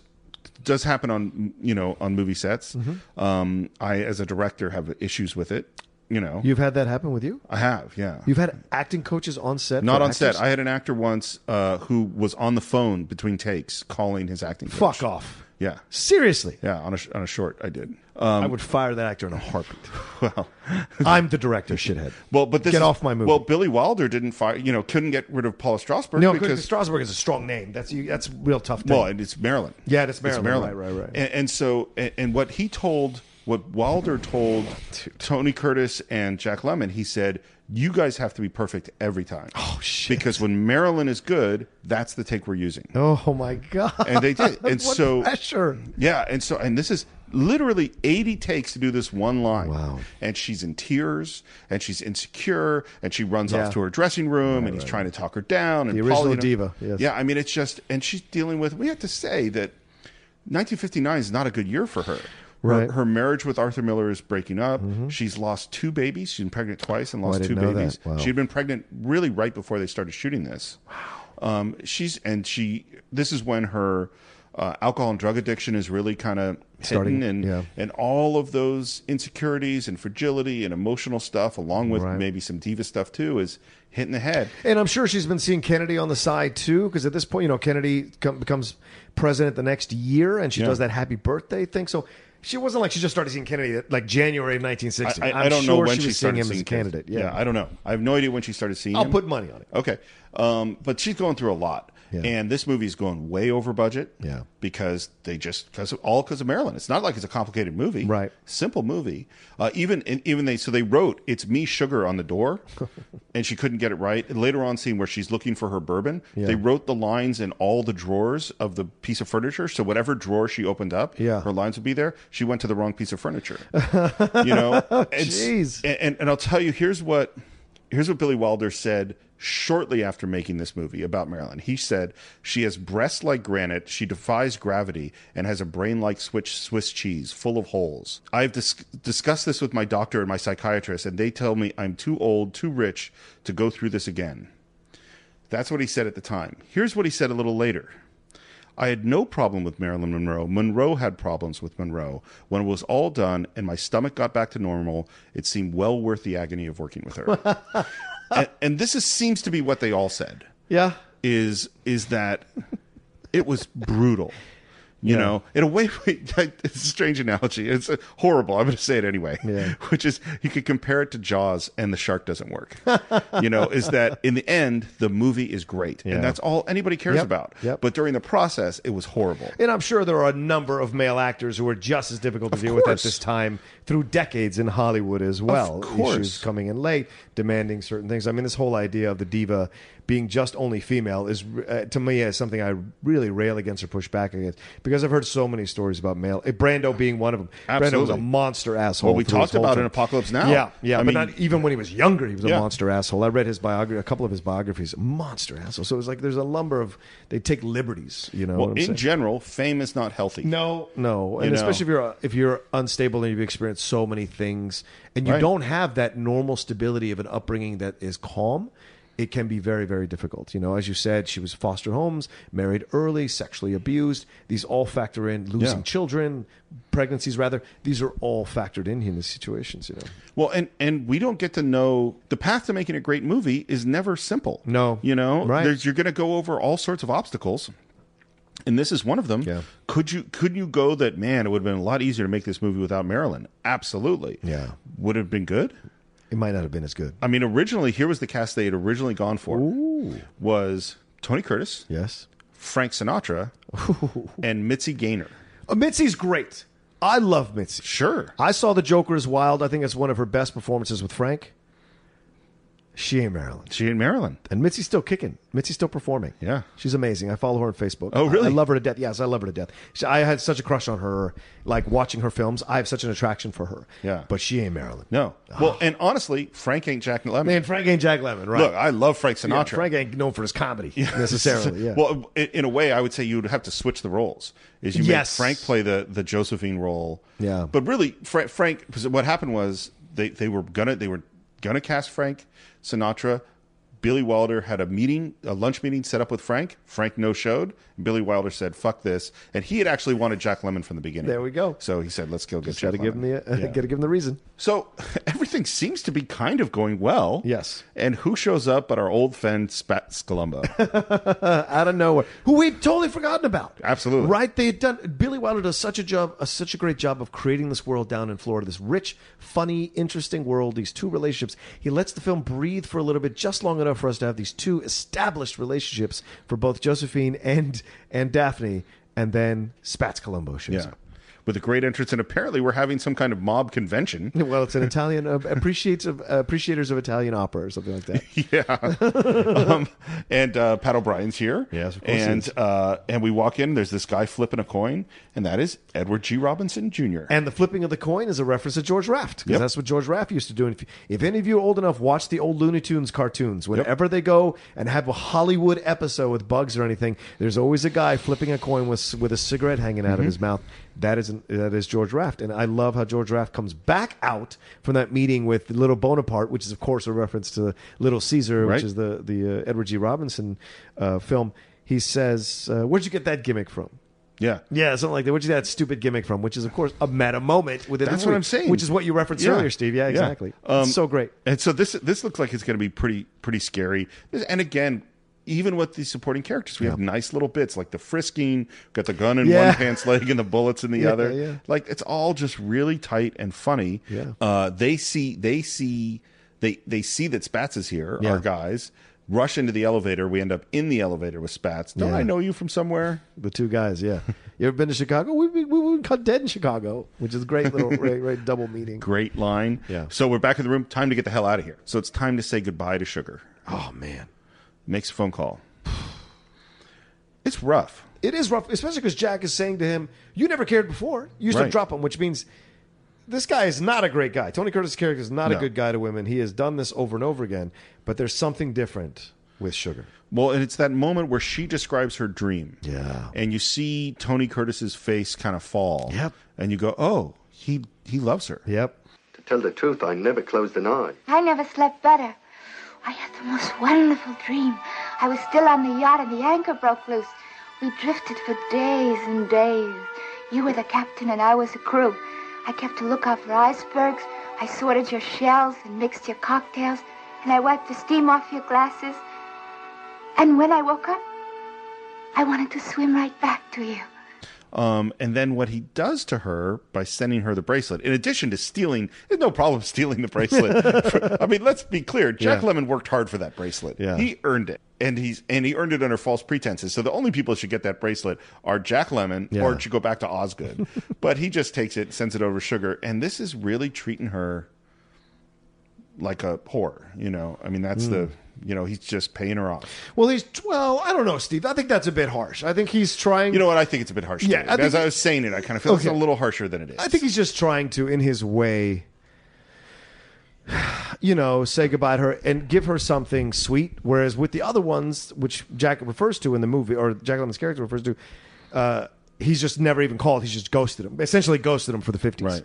does happen on you know on movie sets.
Mm-hmm.
Um, I, as a director, have issues with it. You know,
You've had that happen with you?
I have. Yeah,
You've had acting coaches on set?
not
for
on
actors?
set. I had an actor once uh, who was on the phone between takes, calling his acting.
Fuck
coach.
off.
Yeah.
Seriously.
Yeah. On a sh- on a short, I did. Um,
I would fire that actor in a heartbeat.
Well,
I'm the director, shithead.
Well, but this
Get
is-
off my movie.
Well, Billy Wilder didn't fire. You know, couldn't get rid of Paul Strasberg
no, because
because
Strasbourg is a strong name. That's you. That's a real tough. Thing.
Well, and it's Maryland.
Yeah, it's Maryland. Right, right, right.
And, and so, and, and what he told, what Wilder told Tony Curtis and Jack Lemon, he said, "You guys have to be perfect every time." Oh shit! Because when Maryland is good, that's the take we're using.
oh my god!
And they did. And
What
so
pressure.
Yeah, and so and this is literally 80 takes to do this one line. Wow. And she's in tears and she's insecure and she runs
Yeah.
off to her dressing room and he's trying to talk her down and
The original
Paul, you know-
diva, yes.
Yeah, I mean it's just and she's dealing with we have to say that 1959 is not a good year for her. Her-
Right. Mm-hmm.
Her, marriage with Arthur Miller is breaking up. She's lost two babies. She's been pregnant twice and
Oh, I
lost two
didn't know that.
babies.
Wow.
She'd been pregnant really right before they started shooting this. Wow. Um, she's and she. This is when her uh, alcohol and drug addiction is really kind of
Starting,
hidden, and
yeah.
and all of those insecurities and fragility and emotional stuff, along with maybe some diva stuff too, is hitting the head.
And I'm sure she's been seeing Kennedy on the side too, because at this point, you know, Kennedy com- becomes president the next year, and she
Yeah.
does that happy birthday thing. So she wasn't like she just started seeing Kennedy like January of 1960.
I, I,
I'm
I don't
sure
know when
she
she,
was seeing
started
him as
seeing
a candidate. Yeah.
I don't know. I have no idea when she started seeing
I'll
him.
put money on it.
Okay, um, but she's going through a lot,
Yeah.
and this movie is going way over budget.
Yeah.
because they just because all because of Maryland. It's not like it's a complicated movie. Right, simple movie. Uh, even and even they so they wrote "It's Me Sugar" on the door, and she couldn't get it right. And later on, scene where she's looking for her bourbon,
Yeah.
they wrote the lines in all the drawers of the piece of furniture. So whatever drawer she opened up,
Yeah.
her lines would be there. She went to the wrong piece of furniture you know it's- and, and, and i'll tell you here's what here's what billy wilder said shortly after making this movie about marilyn he said she has breasts like granite she defies gravity and has a brain like swiss, swiss cheese full of holes i've dis- discussed this with my doctor and my psychiatrist and they tell me i'm too old too rich to go through this again that's what he said at the time. Here's what he said a little later. I had no problem with Marilyn Monroe. Monroe had problems with Monroe. When it was all done and my stomach got back to normal, it seemed well worth the agony of working with her. and, and this is, seems to be what they all said.
Yeah.
Is is that it was brutal. You know, in a way, it's a strange analogy. It's uh, horrible. I'm going to say it anyway. Which is, you could compare it to Jaws, and the shark doesn't work. you know, is that in the end, the movie is great,
Yeah.
and that's all anybody cares
Yep.
about.
Yep.
But during the process, it was horrible.
And I'm sure there are a number of male actors who are just as difficult to deal with at
course.
this time through decades in Hollywood as well.
course.
Issues coming in late, demanding certain things. I mean, this whole idea of the diva being just only female is, uh, to me, is something I really rail against or push back against because I've heard so many stories about male. eh, Brando being one of them. Brando was a
Absolutely.
monster asshole.
Well, we
through his
talked
whole
about in
thing.
Apocalypse Now.
Yeah, yeah.
I
but
mean-
not even when he was younger, he was a
Yeah.
monster asshole. I read his biography, a couple of his biographies, monster asshole. So it's like there's a number of they take liberties. You know,
well,
what I'm
in
saying?
general, fame is not healthy.
No, no, and
You know.
especially if you're if you're unstable and you've experienced so many things, and you
Right.
don't have that normal stability of an upbringing that is calm, it can be very, very difficult. You know, as you said, she was foster homes, married early, sexually abused. These all factor in losing
Yeah.
children, pregnancies, rather. These are all factored in in these situations, you know.
Well, and and we don't get to know the path to making a great movie is never simple. No, you know,
Right.
There's, you're going to go over all sorts of obstacles, and this is one of them. Could you could you go that man? It would have been a lot easier to make this movie without Marilyn. Absolutely. Yeah. Would it have been good.
It might not have been as good.
I mean, originally here was the cast they had originally gone for was Tony Curtis,
yes,
Frank Sinatra, and Mitzi Gaynor.
Uh, Mitzi's great. I love Mitzi.
Sure.
I saw The Joker is Wild. I think it's one of her best performances with Frank. She ain't Marilyn.
She ain't Marilyn.
And Mitzi's still kicking. Mitzi's still performing.
Yeah.
She's amazing. I follow her on Facebook.
Oh, really?
I, I love her to death. Yes, I love her to death. She, I had such a crush on her, like watching her films. I have such an attraction for her.
Yeah.
But she ain't Marilyn.
No. Well, and honestly, Frank ain't Jack Lemmon.
Ah. Man, Frank ain't Jack Lemmon, right?
Look, I love Frank
Yeah,
Sinatra.
Frank ain't known for his comedy necessarily. Yeah.
Well, i- in a way, I would say you'd have to switch the roles. Is you
Yes.
make Frank play the the Josephine role?
Yeah.
But really, Fra- Frank. 'cause What happened was they they were gonna they were gonna cast Frank Sinatra. Billy Wilder had a meeting, a lunch meeting set up with Frank. Frank no showed. Billy Wilder said, "Fuck this," and he had actually wanted Jack Lemon from the beginning.
There we go.
So he said, "Let's go get
Got
Jack."
to give him
Lemmon."
the uh,
Yeah.
got to give him the reason.
So everything seems to be kind of going well.
Yes.
And who shows up but our old friend Spat Scalumbo?
out of nowhere, who we'd totally forgotten about.
Absolutely.
Right? They had done. Billy Wilder does such a job, uh, such a great job of creating this world down in Florida. This rich, funny, interesting world. These two relationships. He lets the film breathe for a little bit, just long enough for us to have these two established relationships for both Josephine and and Daphne, and then Spats Colombo shows
Yeah.
up.
With a great entrance, and apparently we're having some kind of mob convention.
Well, it's an Italian uh, appreciates of, uh, appreciators of Italian opera or something like that.
yeah. um, and uh, Pat O'Brien's here. Yes,
of course he
And
is.
uh, and we walk in. There's this guy flipping a coin, and that is Edward G. Robinson Jr.
And the flipping of the coin is a reference to George Raft because
Yep.
that's what George Raft used to do. And if, if any of you are old enough, watch the old Looney Tunes cartoons. Whenever they go and have a Hollywood episode with bugs or anything, there's always a guy flipping a coin with with a cigarette hanging out of
Mhm.
his mouth. That is that is George Raft, and I love how George Raft comes back out from that meeting with Little Bonaparte, which is of course a reference to Little Caesar,
Right.
which is the the uh, Edward G. Robinson uh, film. He says, uh, "Where'd you get that gimmick from?"
Yeah.
Yeah, something like that. Where'd you get that stupid gimmick from? Which is, of course, a meta moment within
That's
the movie,
what I'm saying.
Which is what you referenced
Yeah.
earlier, Steve. Yeah, exactly.
Um,
It's so great.
And so this this looks like it's going to be pretty pretty scary. This- And again, even with the supporting characters, we have nice little bits like the frisking, got the gun in
Yeah.
one pants leg and the bullets in the
Yeah,
other.
yeah.
Like it's all just really tight and funny.
Yeah.
Uh, they see they see they they see that Spats is here.
Yeah.
Our guys rush into the elevator. We end up in the elevator with Spats. Don't
Yeah.
I know you from somewhere?
The two guys, yeah. You ever been to Chicago? We've been, we've been cut dead in Chicago, which is a great little great, great double meeting.
Great line. Yeah. So we're back in the room. Time to get the hell out of here. So it's time to say goodbye to Sugar.
Oh man.
Makes a phone call. It's rough.
It is rough, especially because Jack is saying to him, "You never cared before. You used to
Right.
drop him," which means this guy is not a great guy. Tony Curtis' character is not a
No.
good guy to women. He has done this over and over again, but there's something different with Sugar.
Well, and it's that moment where she describes her dream.
Yeah.
And you see Tony Curtis's face kind of fall.
Yep.
And you go, "Oh, he he loves her."
Yep.
To tell the truth, I never closed an eye.
I never slept better. I had the most wonderful dream. I was still on the yacht and the anchor broke loose. We drifted for days and days. You were the captain and I was the crew. I kept a lookout for icebergs. I sorted your shells and mixed your cocktails. And I wiped the steam off your glasses. And when I woke up, I wanted to swim right back to you.
Um, and then what he does to her by sending her the bracelet, in addition to stealing, there's no problem stealing the bracelet. I mean, let's be clear. Jack
Yeah.
Lemon worked hard for that bracelet.
Yeah.
He earned it. And he's and he earned it under false pretenses. So the only people that should get that bracelet are Jack Lemon or
Yeah.
it should go back to Osgood. but he just takes it, sends it over to Sugar, and this is really treating her like a whore, you know. I mean, that's
Mm.
the you know, he's just paying her off.
Well, he's well. I don't know, Steve. I think that's a bit harsh. I think he's trying.
You know what? I think it's a bit harsh.
Yeah,
too.
I think
as I was saying it, I kind of feel it's
Okay.
a little harsher than it is.
I think he's just trying to, in his way, you know, say goodbye to her and give her something sweet. Whereas with the other ones, which Jack refers to in the movie, or Jack Lemon's character refers to, uh, he's just never even called. He's just ghosted him. Essentially, ghosted him for the fifties.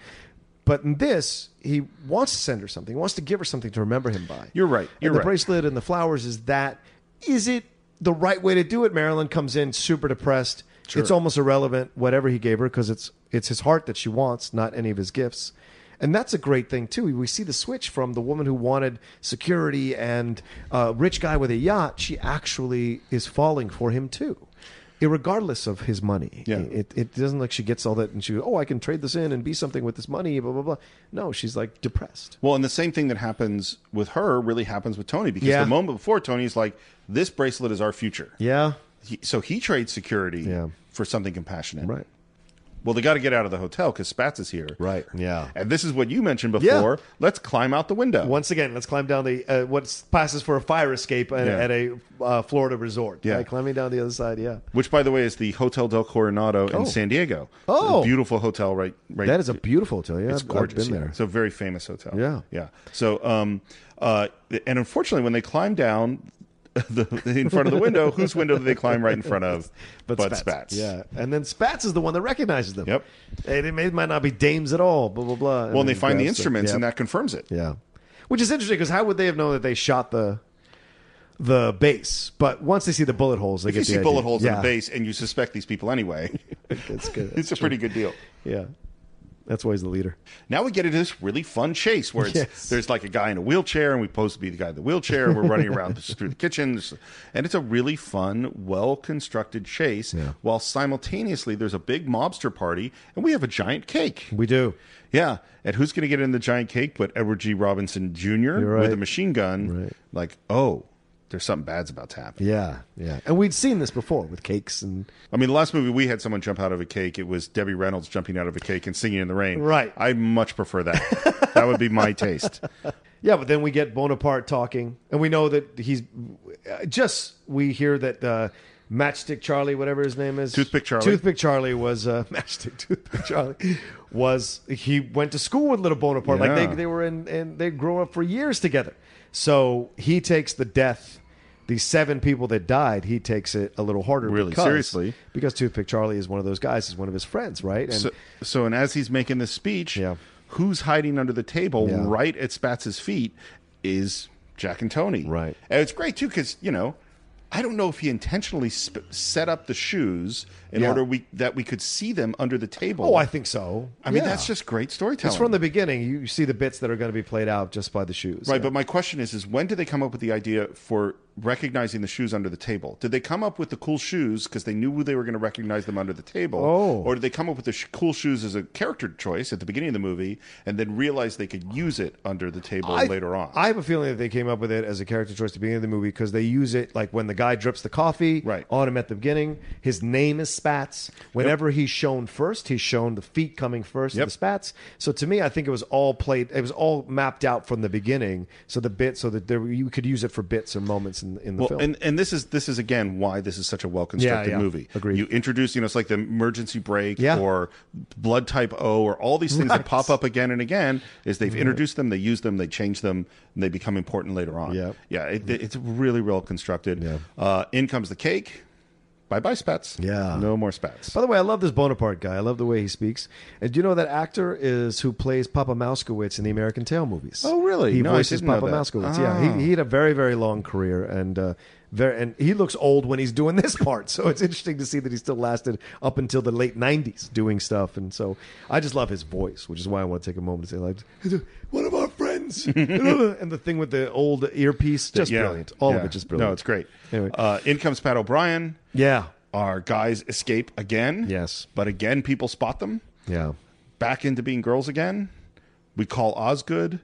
But in this, he wants to send her something. He wants to give her something to remember him by.
You're right. You're
and the
right.
bracelet and the flowers is that. Is it the right way to do it? Marilyn comes in super depressed.
Sure.
It's almost irrelevant whatever he gave her because it's it's his heart that she wants, not any of his gifts. And that's a great thing too. We see the switch from the woman who wanted security and a rich guy with a yacht. She actually is falling for him too, irregardless of his money. Yeah. It, it doesn't like she gets all that and she goes, oh, I can trade this in and be something with this money. Blah blah blah. No, she's like depressed.
Well, and the same thing that happens with her really happens with Tony because
Yeah.
the moment before Tony's like, "This bracelet is our future."
Yeah.
He, so he trades security for something compassionate. Right. Well, they got to get out of the hotel because Spatz is here. Right.
Yeah.
And this is what you mentioned
Yeah.
before. Let's climb out the window.
Once again, let's climb down the uh, what passes for a fire escape at,
Yeah.
at a uh, Florida resort.
Yeah.
Right? climbing down the other side. Yeah,
Which, by the way, is the Hotel del Coronado
Oh.
in San Diego.
Oh.
It's a beautiful hotel, right? Right.
that is a beautiful hotel. Yeah,
it's
I've- I've
gorgeous.
been
yeah.
there.
It's a very famous hotel.
Yeah.
yeah. So, um, uh, and unfortunately, when they climb down the in front of the window, whose window do they climb right in front of?
But, Spatz. Yeah, and then Spatz is the one that recognizes them. Yep, and it, may, it might not be dames at all. Blah blah blah.
Well, and they
then
find the
grabs them.
instruments,
Yeah.
and that confirms it.
Yeah. Which is interesting because how would they have known that they shot the the base? But once they see the bullet holes, they
If
get
you see
the
bullet
idea.
holes in
Yeah.
the base and you suspect these people anyway,
it's good.
it's a
true.
pretty good deal.
Yeah, that's why he's the leader.
Now we get into this really fun chase where it's,
Yes.
there's like a guy in a wheelchair, and we're supposed to be the guy in the wheelchair, and we're running around through the kitchen. And it's a really fun, well constructed chase, while simultaneously there's a big mobster party, and we have a giant cake.
We do.
Yeah. And who's going to get in the giant cake but Edward G. Robinson Jr. with
right.
a machine gun? Like, oh, there's something bad's about to happen.
Yeah, yeah. And we'd seen this before with cakes and
I mean, the last movie we had someone jump out of a cake. It was Debbie Reynolds jumping out of a cake and singing in the rain.
Right.
I much prefer that. that would be my taste.
Yeah, but then we get Bonaparte talking, and we know that he's just. We hear that uh, Matchstick Charlie, whatever his name is,
Toothpick Charlie.
Toothpick Charlie was uh, Matchstick Toothpick Charlie was he went to school with Little Bonaparte, like
Yeah.
they they were in and they grew up for years together. So he takes the death. These seven people that died, he takes it a little harder.
Really
because-
seriously.
because Toothpick Charlie is one of those guys. Is one of his friends, right?
so, so, and as he's making this speech, who's hiding under the table
Yeah.
right at Spatz's feet is Jack and Tony. Right. And it's great, too, because, you know, I don't know if he intentionally sp- set up the shoes in
Yeah.
order we that we could see them under the table.
Oh, I think so.
I mean,
Yeah.
that's just great storytelling.
It's from the beginning. You see the bits that are going to be played out just by the shoes.
Right, but my question is: is when did they come up with the idea for recognizing the shoes under the table? Did they come up with the cool shoes because they knew they were going to recognize them under the table?
Oh.
or did they come up with the sh- cool shoes as a character choice at the beginning of the movie and then realize they could use it under the table
I-
later on?
I have a feeling that they came up with it as a character choice at the beginning of the movie because they use it like when the guy drips the coffee on him at the beginning. His name is Spats. Whenever he's shown first, he's shown the feet coming first, of the Spats. So to me, I think it was all played. It was all mapped out from the beginning. So the bit, so that there, you could use it for bits or moments in, in the
well,
film.
and and this is this is again why this is such a well constructed
Yeah, yeah.
movie.
Agreed.
You introduce, you know, it's like the emergency brake
Yeah.
or blood type O or all these things that pop up again and again. Is they've
Right.
introduced them, they use them, they change them, and they become important later on. Yeah, yeah, it, it's really well constructed. Uh, in comes the cake. Bye bye spats. Yeah, no more spats.
By the way, I love this Bonaparte guy. I love the way he speaks. And do you know that actor is who plays Papa Mouskowitz in the American Tail movies?
Oh, really?
He
No, I
voices
didn't know
Papa
that.
Mouskowitz.
Ah.
Yeah, he, he had a very very long career, and uh, very and he looks old when he's doing this part. So it's interesting to see that he still lasted up until the late '90s doing stuff. And so I just love his voice, which is why I want to take a moment to say like one of our friends. and the thing with the old earpiece, just
Yeah.
brilliant. All of
Yeah.
it, just brilliant.
No, it's great.
Anyway.
Uh, in comes Pat O'Brien.
Yeah.
Our guys escape again. Yes. But again, people spot them.
Yeah.
Back into being girls again. We call Osgood.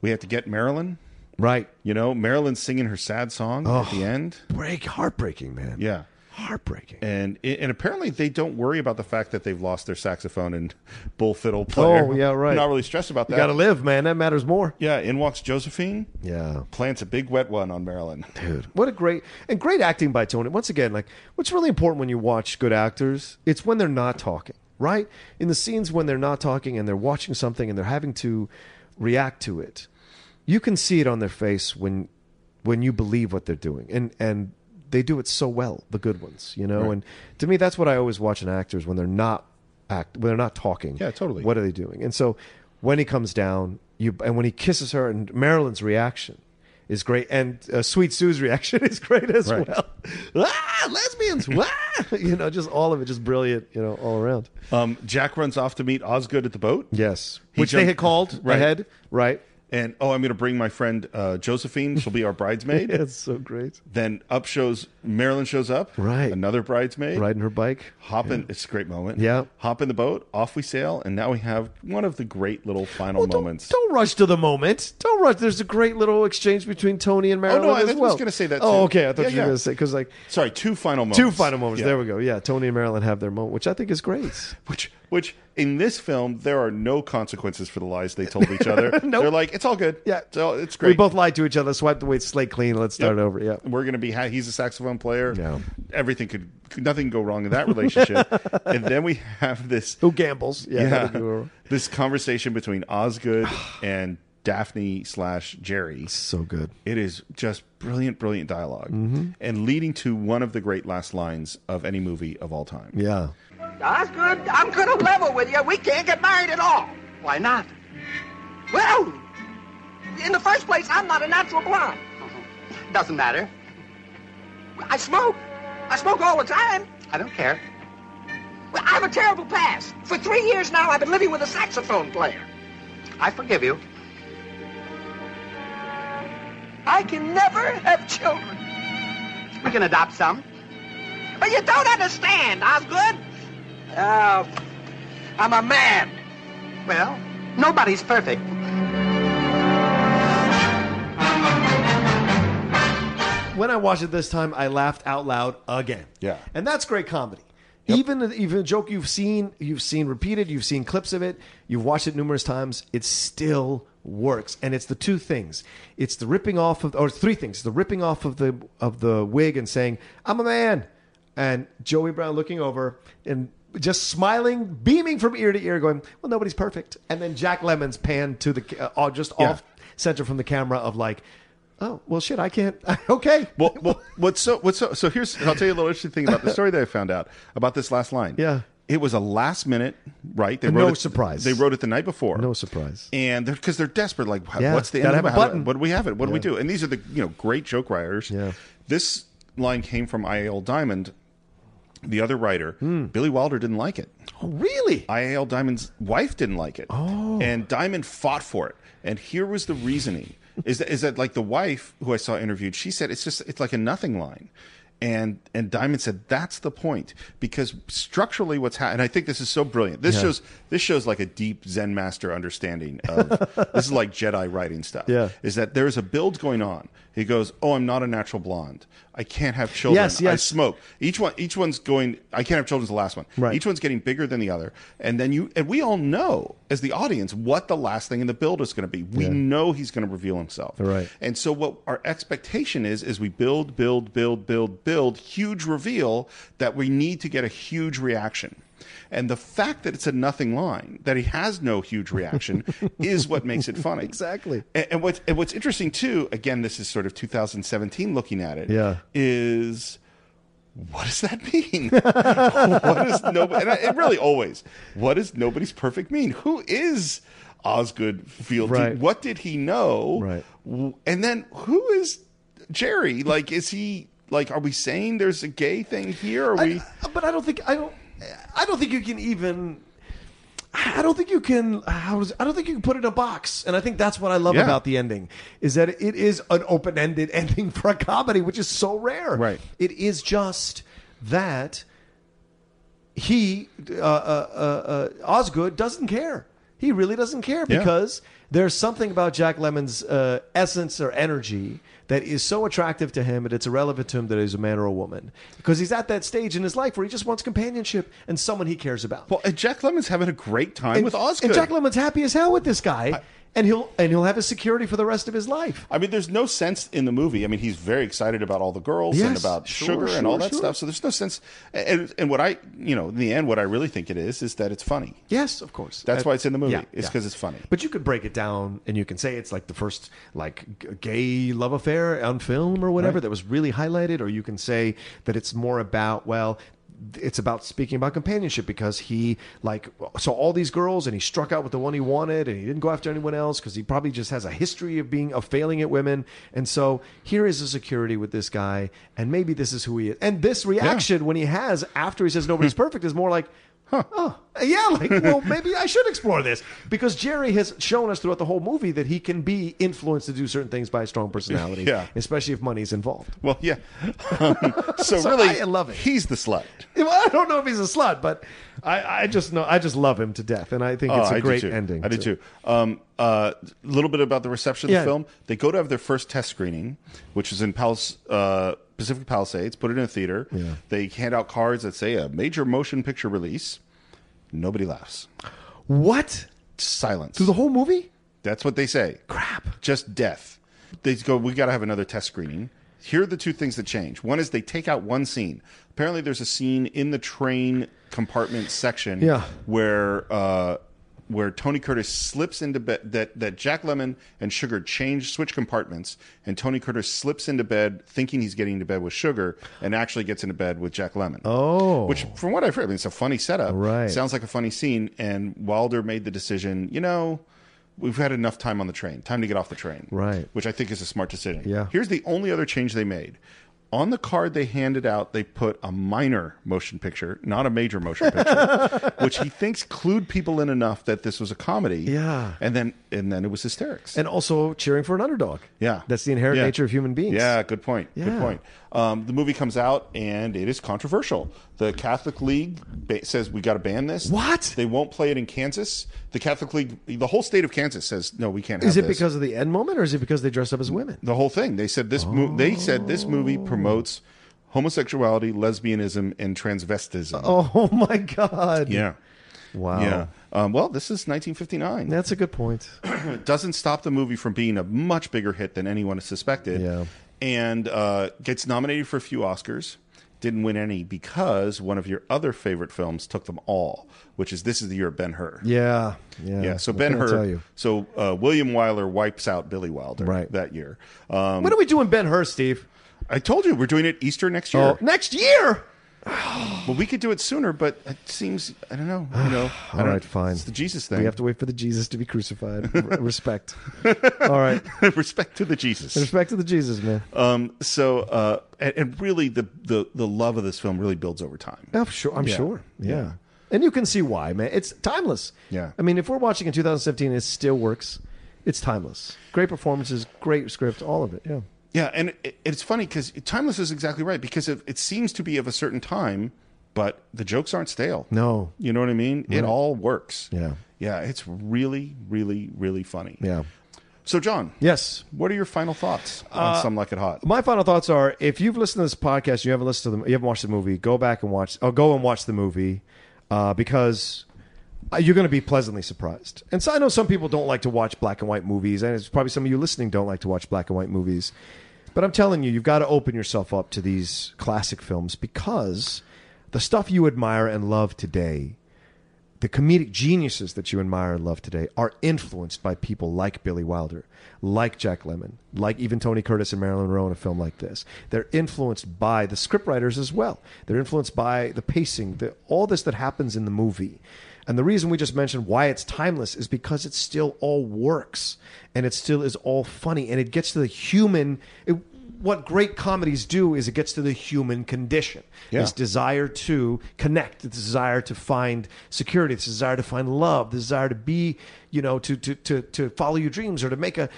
We have to get Marilyn.
Right.
You know, Marilyn's singing her sad song at the end.
Break, heartbreaking, man.
Yeah.
Heartbreaking.
And and apparently they don't worry about the fact that they've lost their saxophone and bull fiddle player.
Oh, yeah, right.
Not really stressed about that.
You got to live, man. That matters more.
Yeah, in walks Josephine.
Yeah.
Plants a big wet one on Marilyn.
Dude, what a great and great acting by Tony. Once again, like what's really important when you watch good actors, it's when they're not talking, right? In the scenes when they're not talking and they're watching something and they're having to react to it, you can see it on their face when when you believe what they're doing, and and they do it so well, the good ones, you know.
Right.
And to me, that's what I always watch in actors when they're not act when they're not talking. Yeah, totally. What are they doing? And so when he comes down, you and when he kisses her, and Marilyn's reaction is great, and uh, Sweet Sue's reaction is great as
Right.
well. ah, lesbians, ah! you know, just all of it, just brilliant, you know, all around.
Um, Jack runs off to meet Osgood at the boat.
Yes, Which they had called ahead, right?
And oh, I'm going to bring my friend uh, Josephine. She'll be our bridesmaid.
Yeah, it's so great.
Then up shows Marilyn shows up. Right, another bridesmaid
riding her bike.
Hop in. It's a great moment.
Yeah.
hop in the boat. Off we sail, and now we have one of the great little final moments.
Don't rush to the moment. Don't rush. There's a great little exchange between Tony and Marilyn.
oh no, I
as
was
well.
going to say that. too.
Oh, okay. I thought
Yeah,
you were
yeah.
going to say because like
sorry, two final moments.
two final moments.
Yeah.
There we go. Yeah, Tony and Marilyn have their moment, which I think is great.
Which which in this film there are no consequences for the lies they told each other. They're like it's all good. Yeah, it's, all, it's great.
We both lied to each other. Swipe the way slate clean. Let's start over. Yeah.
We're gonna be. Ha- he's a saxophone player. Yeah. Everything could, could nothing go wrong in that relationship. and then we have this.
Who gambles? Yeah. that'd be all right.
this conversation between Osgood and Daphne slash Jerry.
So good.
It is just brilliant, brilliant dialog
Mhm.
and leading to one of the great last lines of any movie of all time.
Yeah.
Osgood, I'm gonna level with you. We can't get married at all. Why not?
Well, in the first place, I'm not a natural blonde.
Uh-huh. Doesn't matter.
I smoke. I smoke all the time.
I don't care.
Well, I have a terrible past. For three years now, I've been living with a saxophone player.
I forgive you.
I can never have children.
We can adopt some.
But you don't understand, Osgood. Uh, I'm a man.
Well, nobody's perfect.
When I watched it this time, I laughed out loud again.
Yeah.
And that's great comedy. Even even a joke you've seen, you've seen repeated, you've seen clips of it, you've watched it numerous times, it still works. And it's the two things. It's the ripping off of or three things. The ripping off of the of the wig and saying, "I'm a man." And Joey Brown looking over and just smiling, beaming from ear to ear going, "Well, nobody's perfect." And then Jack Lemon's pan to the uh, all- just off center from the camera of like, "Oh, well shit, I can't." okay.
Well, well, what's so what's so so here's I'll tell you a little interesting thing about the story that I found out about this last line. Yeah. It was a last minute, right? They
No
it,
surprise.
They wrote it the night before.
No surprise.
and they're because they're desperate. Like, wha-
Yeah,
what's the end?
gotta
of
have
it?
a
How do-
button.
What do we have it? What do we
Yeah.
do? And these are the you know great joke writers. Yeah. This line came from I.L. Diamond, the other writer.
Hmm.
Billy Wilder didn't like it.
Oh, really?
I.L. Diamond's wife didn't like it. Oh. And Diamond fought for it. And here was the reasoning: is that is that like the wife who I saw interviewed? She said it's just it's like a nothing line. And and Diamond said that's the point because structurally what's happening. I think this is so brilliant. This
Yeah.
shows this shows like a deep Zen master understanding of this is like Jedi writing stuff.
Yeah.
Is that there is a build going on. He goes, Oh, I'm not a natural blonde. I can't have children.
Yes,
I
yes.
smoke. Each one each one's going I can't have children's the last one.
Right.
Each one's getting bigger than the other. And then you and we all know as the audience what the last thing in the build is going to be. We
Yeah.
know he's going to reveal himself.
Right.
And so what our expectation is is we build, build, build, build, build, huge reveal that we need to get a huge reaction. And the fact that it's a nothing line, that he has no huge reaction, is what makes it funny.
Exactly.
And, and what's and what's interesting too, again, this is sort of 2017 looking at it,
Yeah.
is what does that mean? what is nobody? And, I, and really, always, what does nobody's perfect mean? Who is Osgood Field? Did-
Right.
What did he know? Right. And then who is Jerry? Like, is he like? Are we saying there's a gay thing here? Are we?
but I don't think I don't I don't think you can even I don't think you can how does, I don't think you can put it in a box and I think that's what I love
Yeah.
about the ending is that it is an open-ended ending for a comedy which is so rare. Right. It is just that he uh, uh, uh, uh, Osgood doesn't care. He really doesn't care
Yeah.
because there's something about Jack Lemon's uh, essence or energy that is so attractive to him that it's irrelevant to him that he's a man or a woman because he's at that stage in his life where he just wants companionship and someone he cares about.
Well, and Jack Lemon's having a great time with Osgood.
and Jack Lemon's happy as hell with this guy, and he'll and he'll have his security for the rest of his life.
I mean, there's no sense in the movie. I mean, he's very excited about all the girls and
Yes,
about
sure,
sugar
sure,
and all that
sure.
stuff. So there's no sense. And, and what I, you know, in the end, what I really think it is, is that it's funny.
Yes, of course.
That's
Uh,
why it's in the movie.
yeah,
it's
yeah.
because it's funny.
But you could break it down and you can say it's like the first like g- gay love affair on film or whatever
Right.
that was really highlighted or you can say that it's more about well it's about speaking about companionship because he like saw all these girls and he struck out with the one he wanted and he didn't go after anyone else because he probably just has a history of being of failing at women and so here is a security with this guy and maybe this is who he is and this reaction when he has after he says nobody's perfect is more like Oh, yeah, like, well, maybe I should explore this because Jerry has shown us throughout the whole movie that he can be influenced to do certain things by a strong personality,
Yeah.
especially if money's involved.
Well, yeah. Um, so,
So
really,
I love it.
He's the slut.
Well, I don't know if he's a slut, but I, I just know I just love him to death, and I think it's
Oh,
a
I do
great
too.
ending.
I do too. A um, uh, little bit about the reception of
Yeah.
the film. They go to have their first test screening, which is in Palis- uh, Pacific Palisades, put it in a theater.
Yeah.
They hand out cards that say a major motion picture release. Nobody laughs.
What?
Silence.
Through the whole movie?
That's what they say.
Crap.
Just death. They go, we got to have another test screening. Here are the two things that change. One is they take out one scene. Apparently, there's a scene in the train compartment section
Yeah.
where uh, where Tony Curtis slips into bed. That that Jack Lemon and Sugar change switch compartments, and Tony Curtis slips into bed thinking he's getting into bed with Sugar, and actually gets into bed with Jack Lemon.
Oh.
which from what I've heard, I mean, it's a funny setup.
Right.
sounds like a funny scene. And Wilder made the decision. You know. We've had enough time on the train. Time to get off the train
Right.
which I think is a smart decision.
Yeah.
Here's the only other change they made. On the card they handed out, they put a minor motion picture, not a major motion picture, which he thinks clued people in enough that this was a comedy.
Yeah.
And then and then it was hysterics.
And also cheering for an underdog.
yeah.
That's the inherent
Yeah.
nature of human beings.
Yeah, good point. Good
Yeah.
point. Um, the movie comes out and it is controversial. The Catholic League ba- says we got to ban this.
What?
They won't play it in Kansas. The Catholic League, the whole state of Kansas says no, we can't. Have
Is it
this."
because of the end moment, or is it because they dress up as women?
the whole thing. They said this. Mo- they said this movie promotes homosexuality, lesbianism, and transvestism.
Oh my god!
yeah,
Wow.
yeah. Um, well, this is 1959.
That's a good point.
It doesn't stop the movie from being a much bigger hit than anyone suspected.
Yeah.
and uh, gets nominated for a few Oscars. Didn't win any because one of your other favorite films took them all, which is this is the year of Ben Hur.
Yeah. Yeah.
Yeah, so
What
Ben
can I tell
Hur.
you?
So uh, William Wyler wipes out Billy Wilder
Right.
that year. Um,
When are we doing Ben Hur, Steve?
I told you we're doing it Easter next year.
Oh, next year.
Well, we could do it sooner, but it seems I don't know. You know, I
All
don't-
right, fine.
It's the Jesus thing.
We have to wait for the Jesus to be crucified. R- Respect. All right.
respect to the Jesus.
Respect to the Jesus, man.
Um, so, uh, and, and really, the, the the love of this film really builds over time.
Yeah, I'm sure. I'm
Yeah.
sure. Yeah.
Yeah.
And you can see why, man. It's timeless.
Yeah.
I mean, if we're watching in 2015, it still works. It's timeless. Great performances, great script, all of it. Yeah.
Yeah, and it, it's funny because timeless is exactly right because it, it seems to be of a certain time, but the jokes aren't stale.
No.
You know what I mean? It all works.
Yeah.
Yeah, it's really, really, really funny.
Yeah.
So, John,
Yes. Uh,
what are your final thoughts on Some Like It Hot?
My final thoughts are: if you've listened to this podcast, you haven't listened to the, you haven't watched the movie, go back and watch. Or go and watch the movie uh, because uh, you're going to be pleasantly surprised. And so I know some people don't like to watch black and white movies, and it's probably some of you listening don't like to watch black and white movies. But I'm telling you, you've got to open yourself up to these classic films because the stuff you admire and love today the comedic geniuses that you admire and love today are influenced by people like Billy Wilder, like Jack Lemmon, like even Tony Curtis and Marilyn Monroe in a film like this. They're influenced by the scriptwriters as well. They're influenced by the pacing, the, all this that happens in the movie. And the reason we just mentioned why it's timeless is because it still all works and it still is all funny and it gets to the human. It, what great comedies do is it gets to the human condition.
Yeah.
It's desire to connect, the desire to find security, the desire to find love, the desire to be, you know, to to to, to follow your dreams or to make a,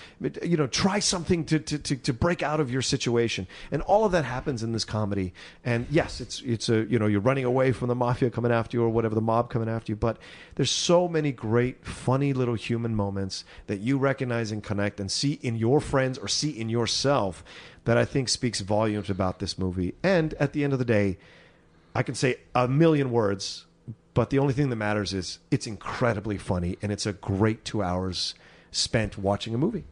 you know, try something to, to to to break out of your situation, and all of that happens in this comedy. And yes, it's it's a you know you're running away from the mafia coming after you or whatever the mob coming after you, but there's so many great funny little human moments that you recognize and connect and see in your friends or see in yourself that I think speaks volumes about this movie. And at the end of the day. I can say a million words, but the only thing that matters is it's incredibly funny and it's a great two hours spent watching a movie.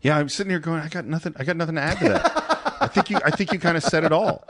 Yeah, I'm sitting here going, I got nothing. I got nothing to add to that. I think you. I think you kind of said it all.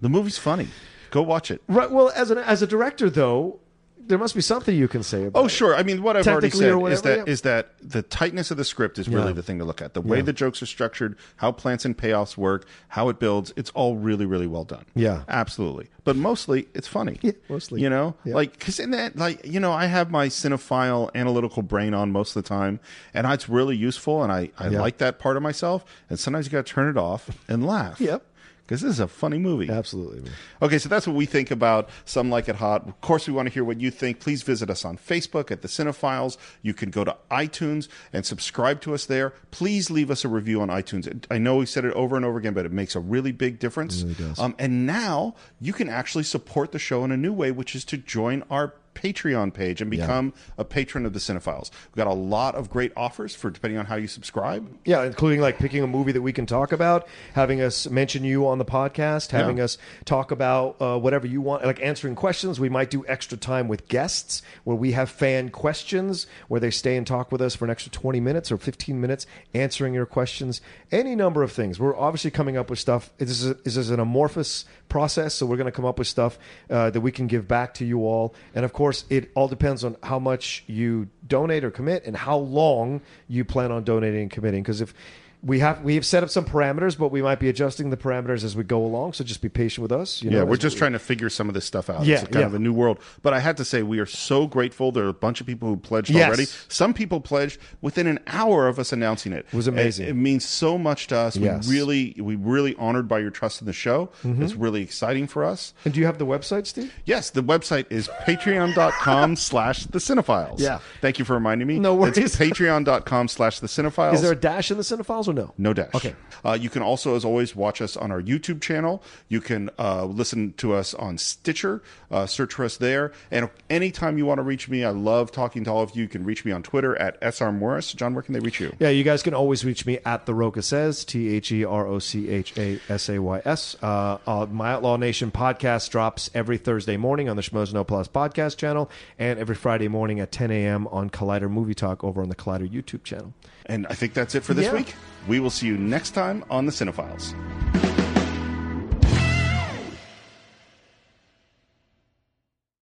The movie's funny. Go watch it.
Right. Well, as an as a director though, there must be something you can say about
Oh, sure. I mean, what I've already
Technically
said
or
is
whatever,
that
yeah.
is that the tightness of the script is really
Yeah.
the thing to look at. The way
Yeah.
the jokes are structured, how plants and payoffs work, how it builds, it's all really, really well done.
Yeah.
absolutely. But mostly, it's funny. Yeah,
mostly.
You know,
Yeah.
like because in that, like you know, I have my cinephile analytical brain on most of the time, and it's really useful, and I I
Yeah.
like that part of myself. And sometimes you got to turn it off and laugh.
Yep.
Because this is a funny movie.
Absolutely.
Okay, so that's what we think about Some Like It Hot. Of course, we want to hear what you think. Please visit us on Facebook at The Cinephiles. You can go to iTunes and subscribe to us there. Please leave us a review on iTunes. It- I know we said it over and over again, but it makes a really big difference. Um, and now you can actually support the show in a new way, which is to join our Patreon page and become a patron of The Cinephiles. We've got a lot of great offers for depending on how you subscribe.
Yeah, including like picking a movie that we can talk about, having us mention you on the podcast, having
Yeah.
us talk about uh, whatever you want, like answering questions. We might do extra time with guests where we have fan questions where they stay and talk with us for an extra 20 minutes or 15 minutes answering your questions, any number of things. We're obviously coming up with stuff. This is, this is an amorphous process, so we're going to come up with stuff uh, that we can give back to you all. And of course, it all depends on how much you donate or commit and how long you plan on donating and committing. Because if we have we have set up some parameters, but we might be adjusting the parameters as we go along. So just be patient with us. You
yeah,
know,
we're
as
just
we-
trying to figure some of this stuff out.
Yeah,
it's kind
yeah.
of a new world. But I had to say, we are so grateful. There are a bunch of people who pledged
Yes.
already. Some people pledged within an hour of us announcing it. It
was amazing.
It, means so much to us.
Yes.
We really, we really honored by your trust in the show.
Mhm.
It's really exciting for us.
And do you have the website, Steve?
Yes, the website is patreon.com slash the cinephiles.
Yeah.
Thank you for reminding me. No worries. It's patreon.com slash the cinephiles.
Is there a dash in the cinephiles or no?
No dash. Okay. Uh, you can also, as always, watch us on our YouTube channel. You can uh, listen to us on Stitcher. Uh, search for us there. And anytime you want to reach me, I love talking to all of you. You can reach me on Twitter at SR Morris. John, where can they reach you?
Yeah, you guys can always reach me at the Roca Says, T H E R O C H A S A Y S. Uh, uh, My Outlaw Nation podcast drops every Thursday morning on the Schmoes No Plus podcast channel and every Friday morning at 10 a.m. on Collider Movie Talk over on the Collider YouTube channel.
And I think that's it for this
Yeah.
week. We will see you next time on The Cinephiles.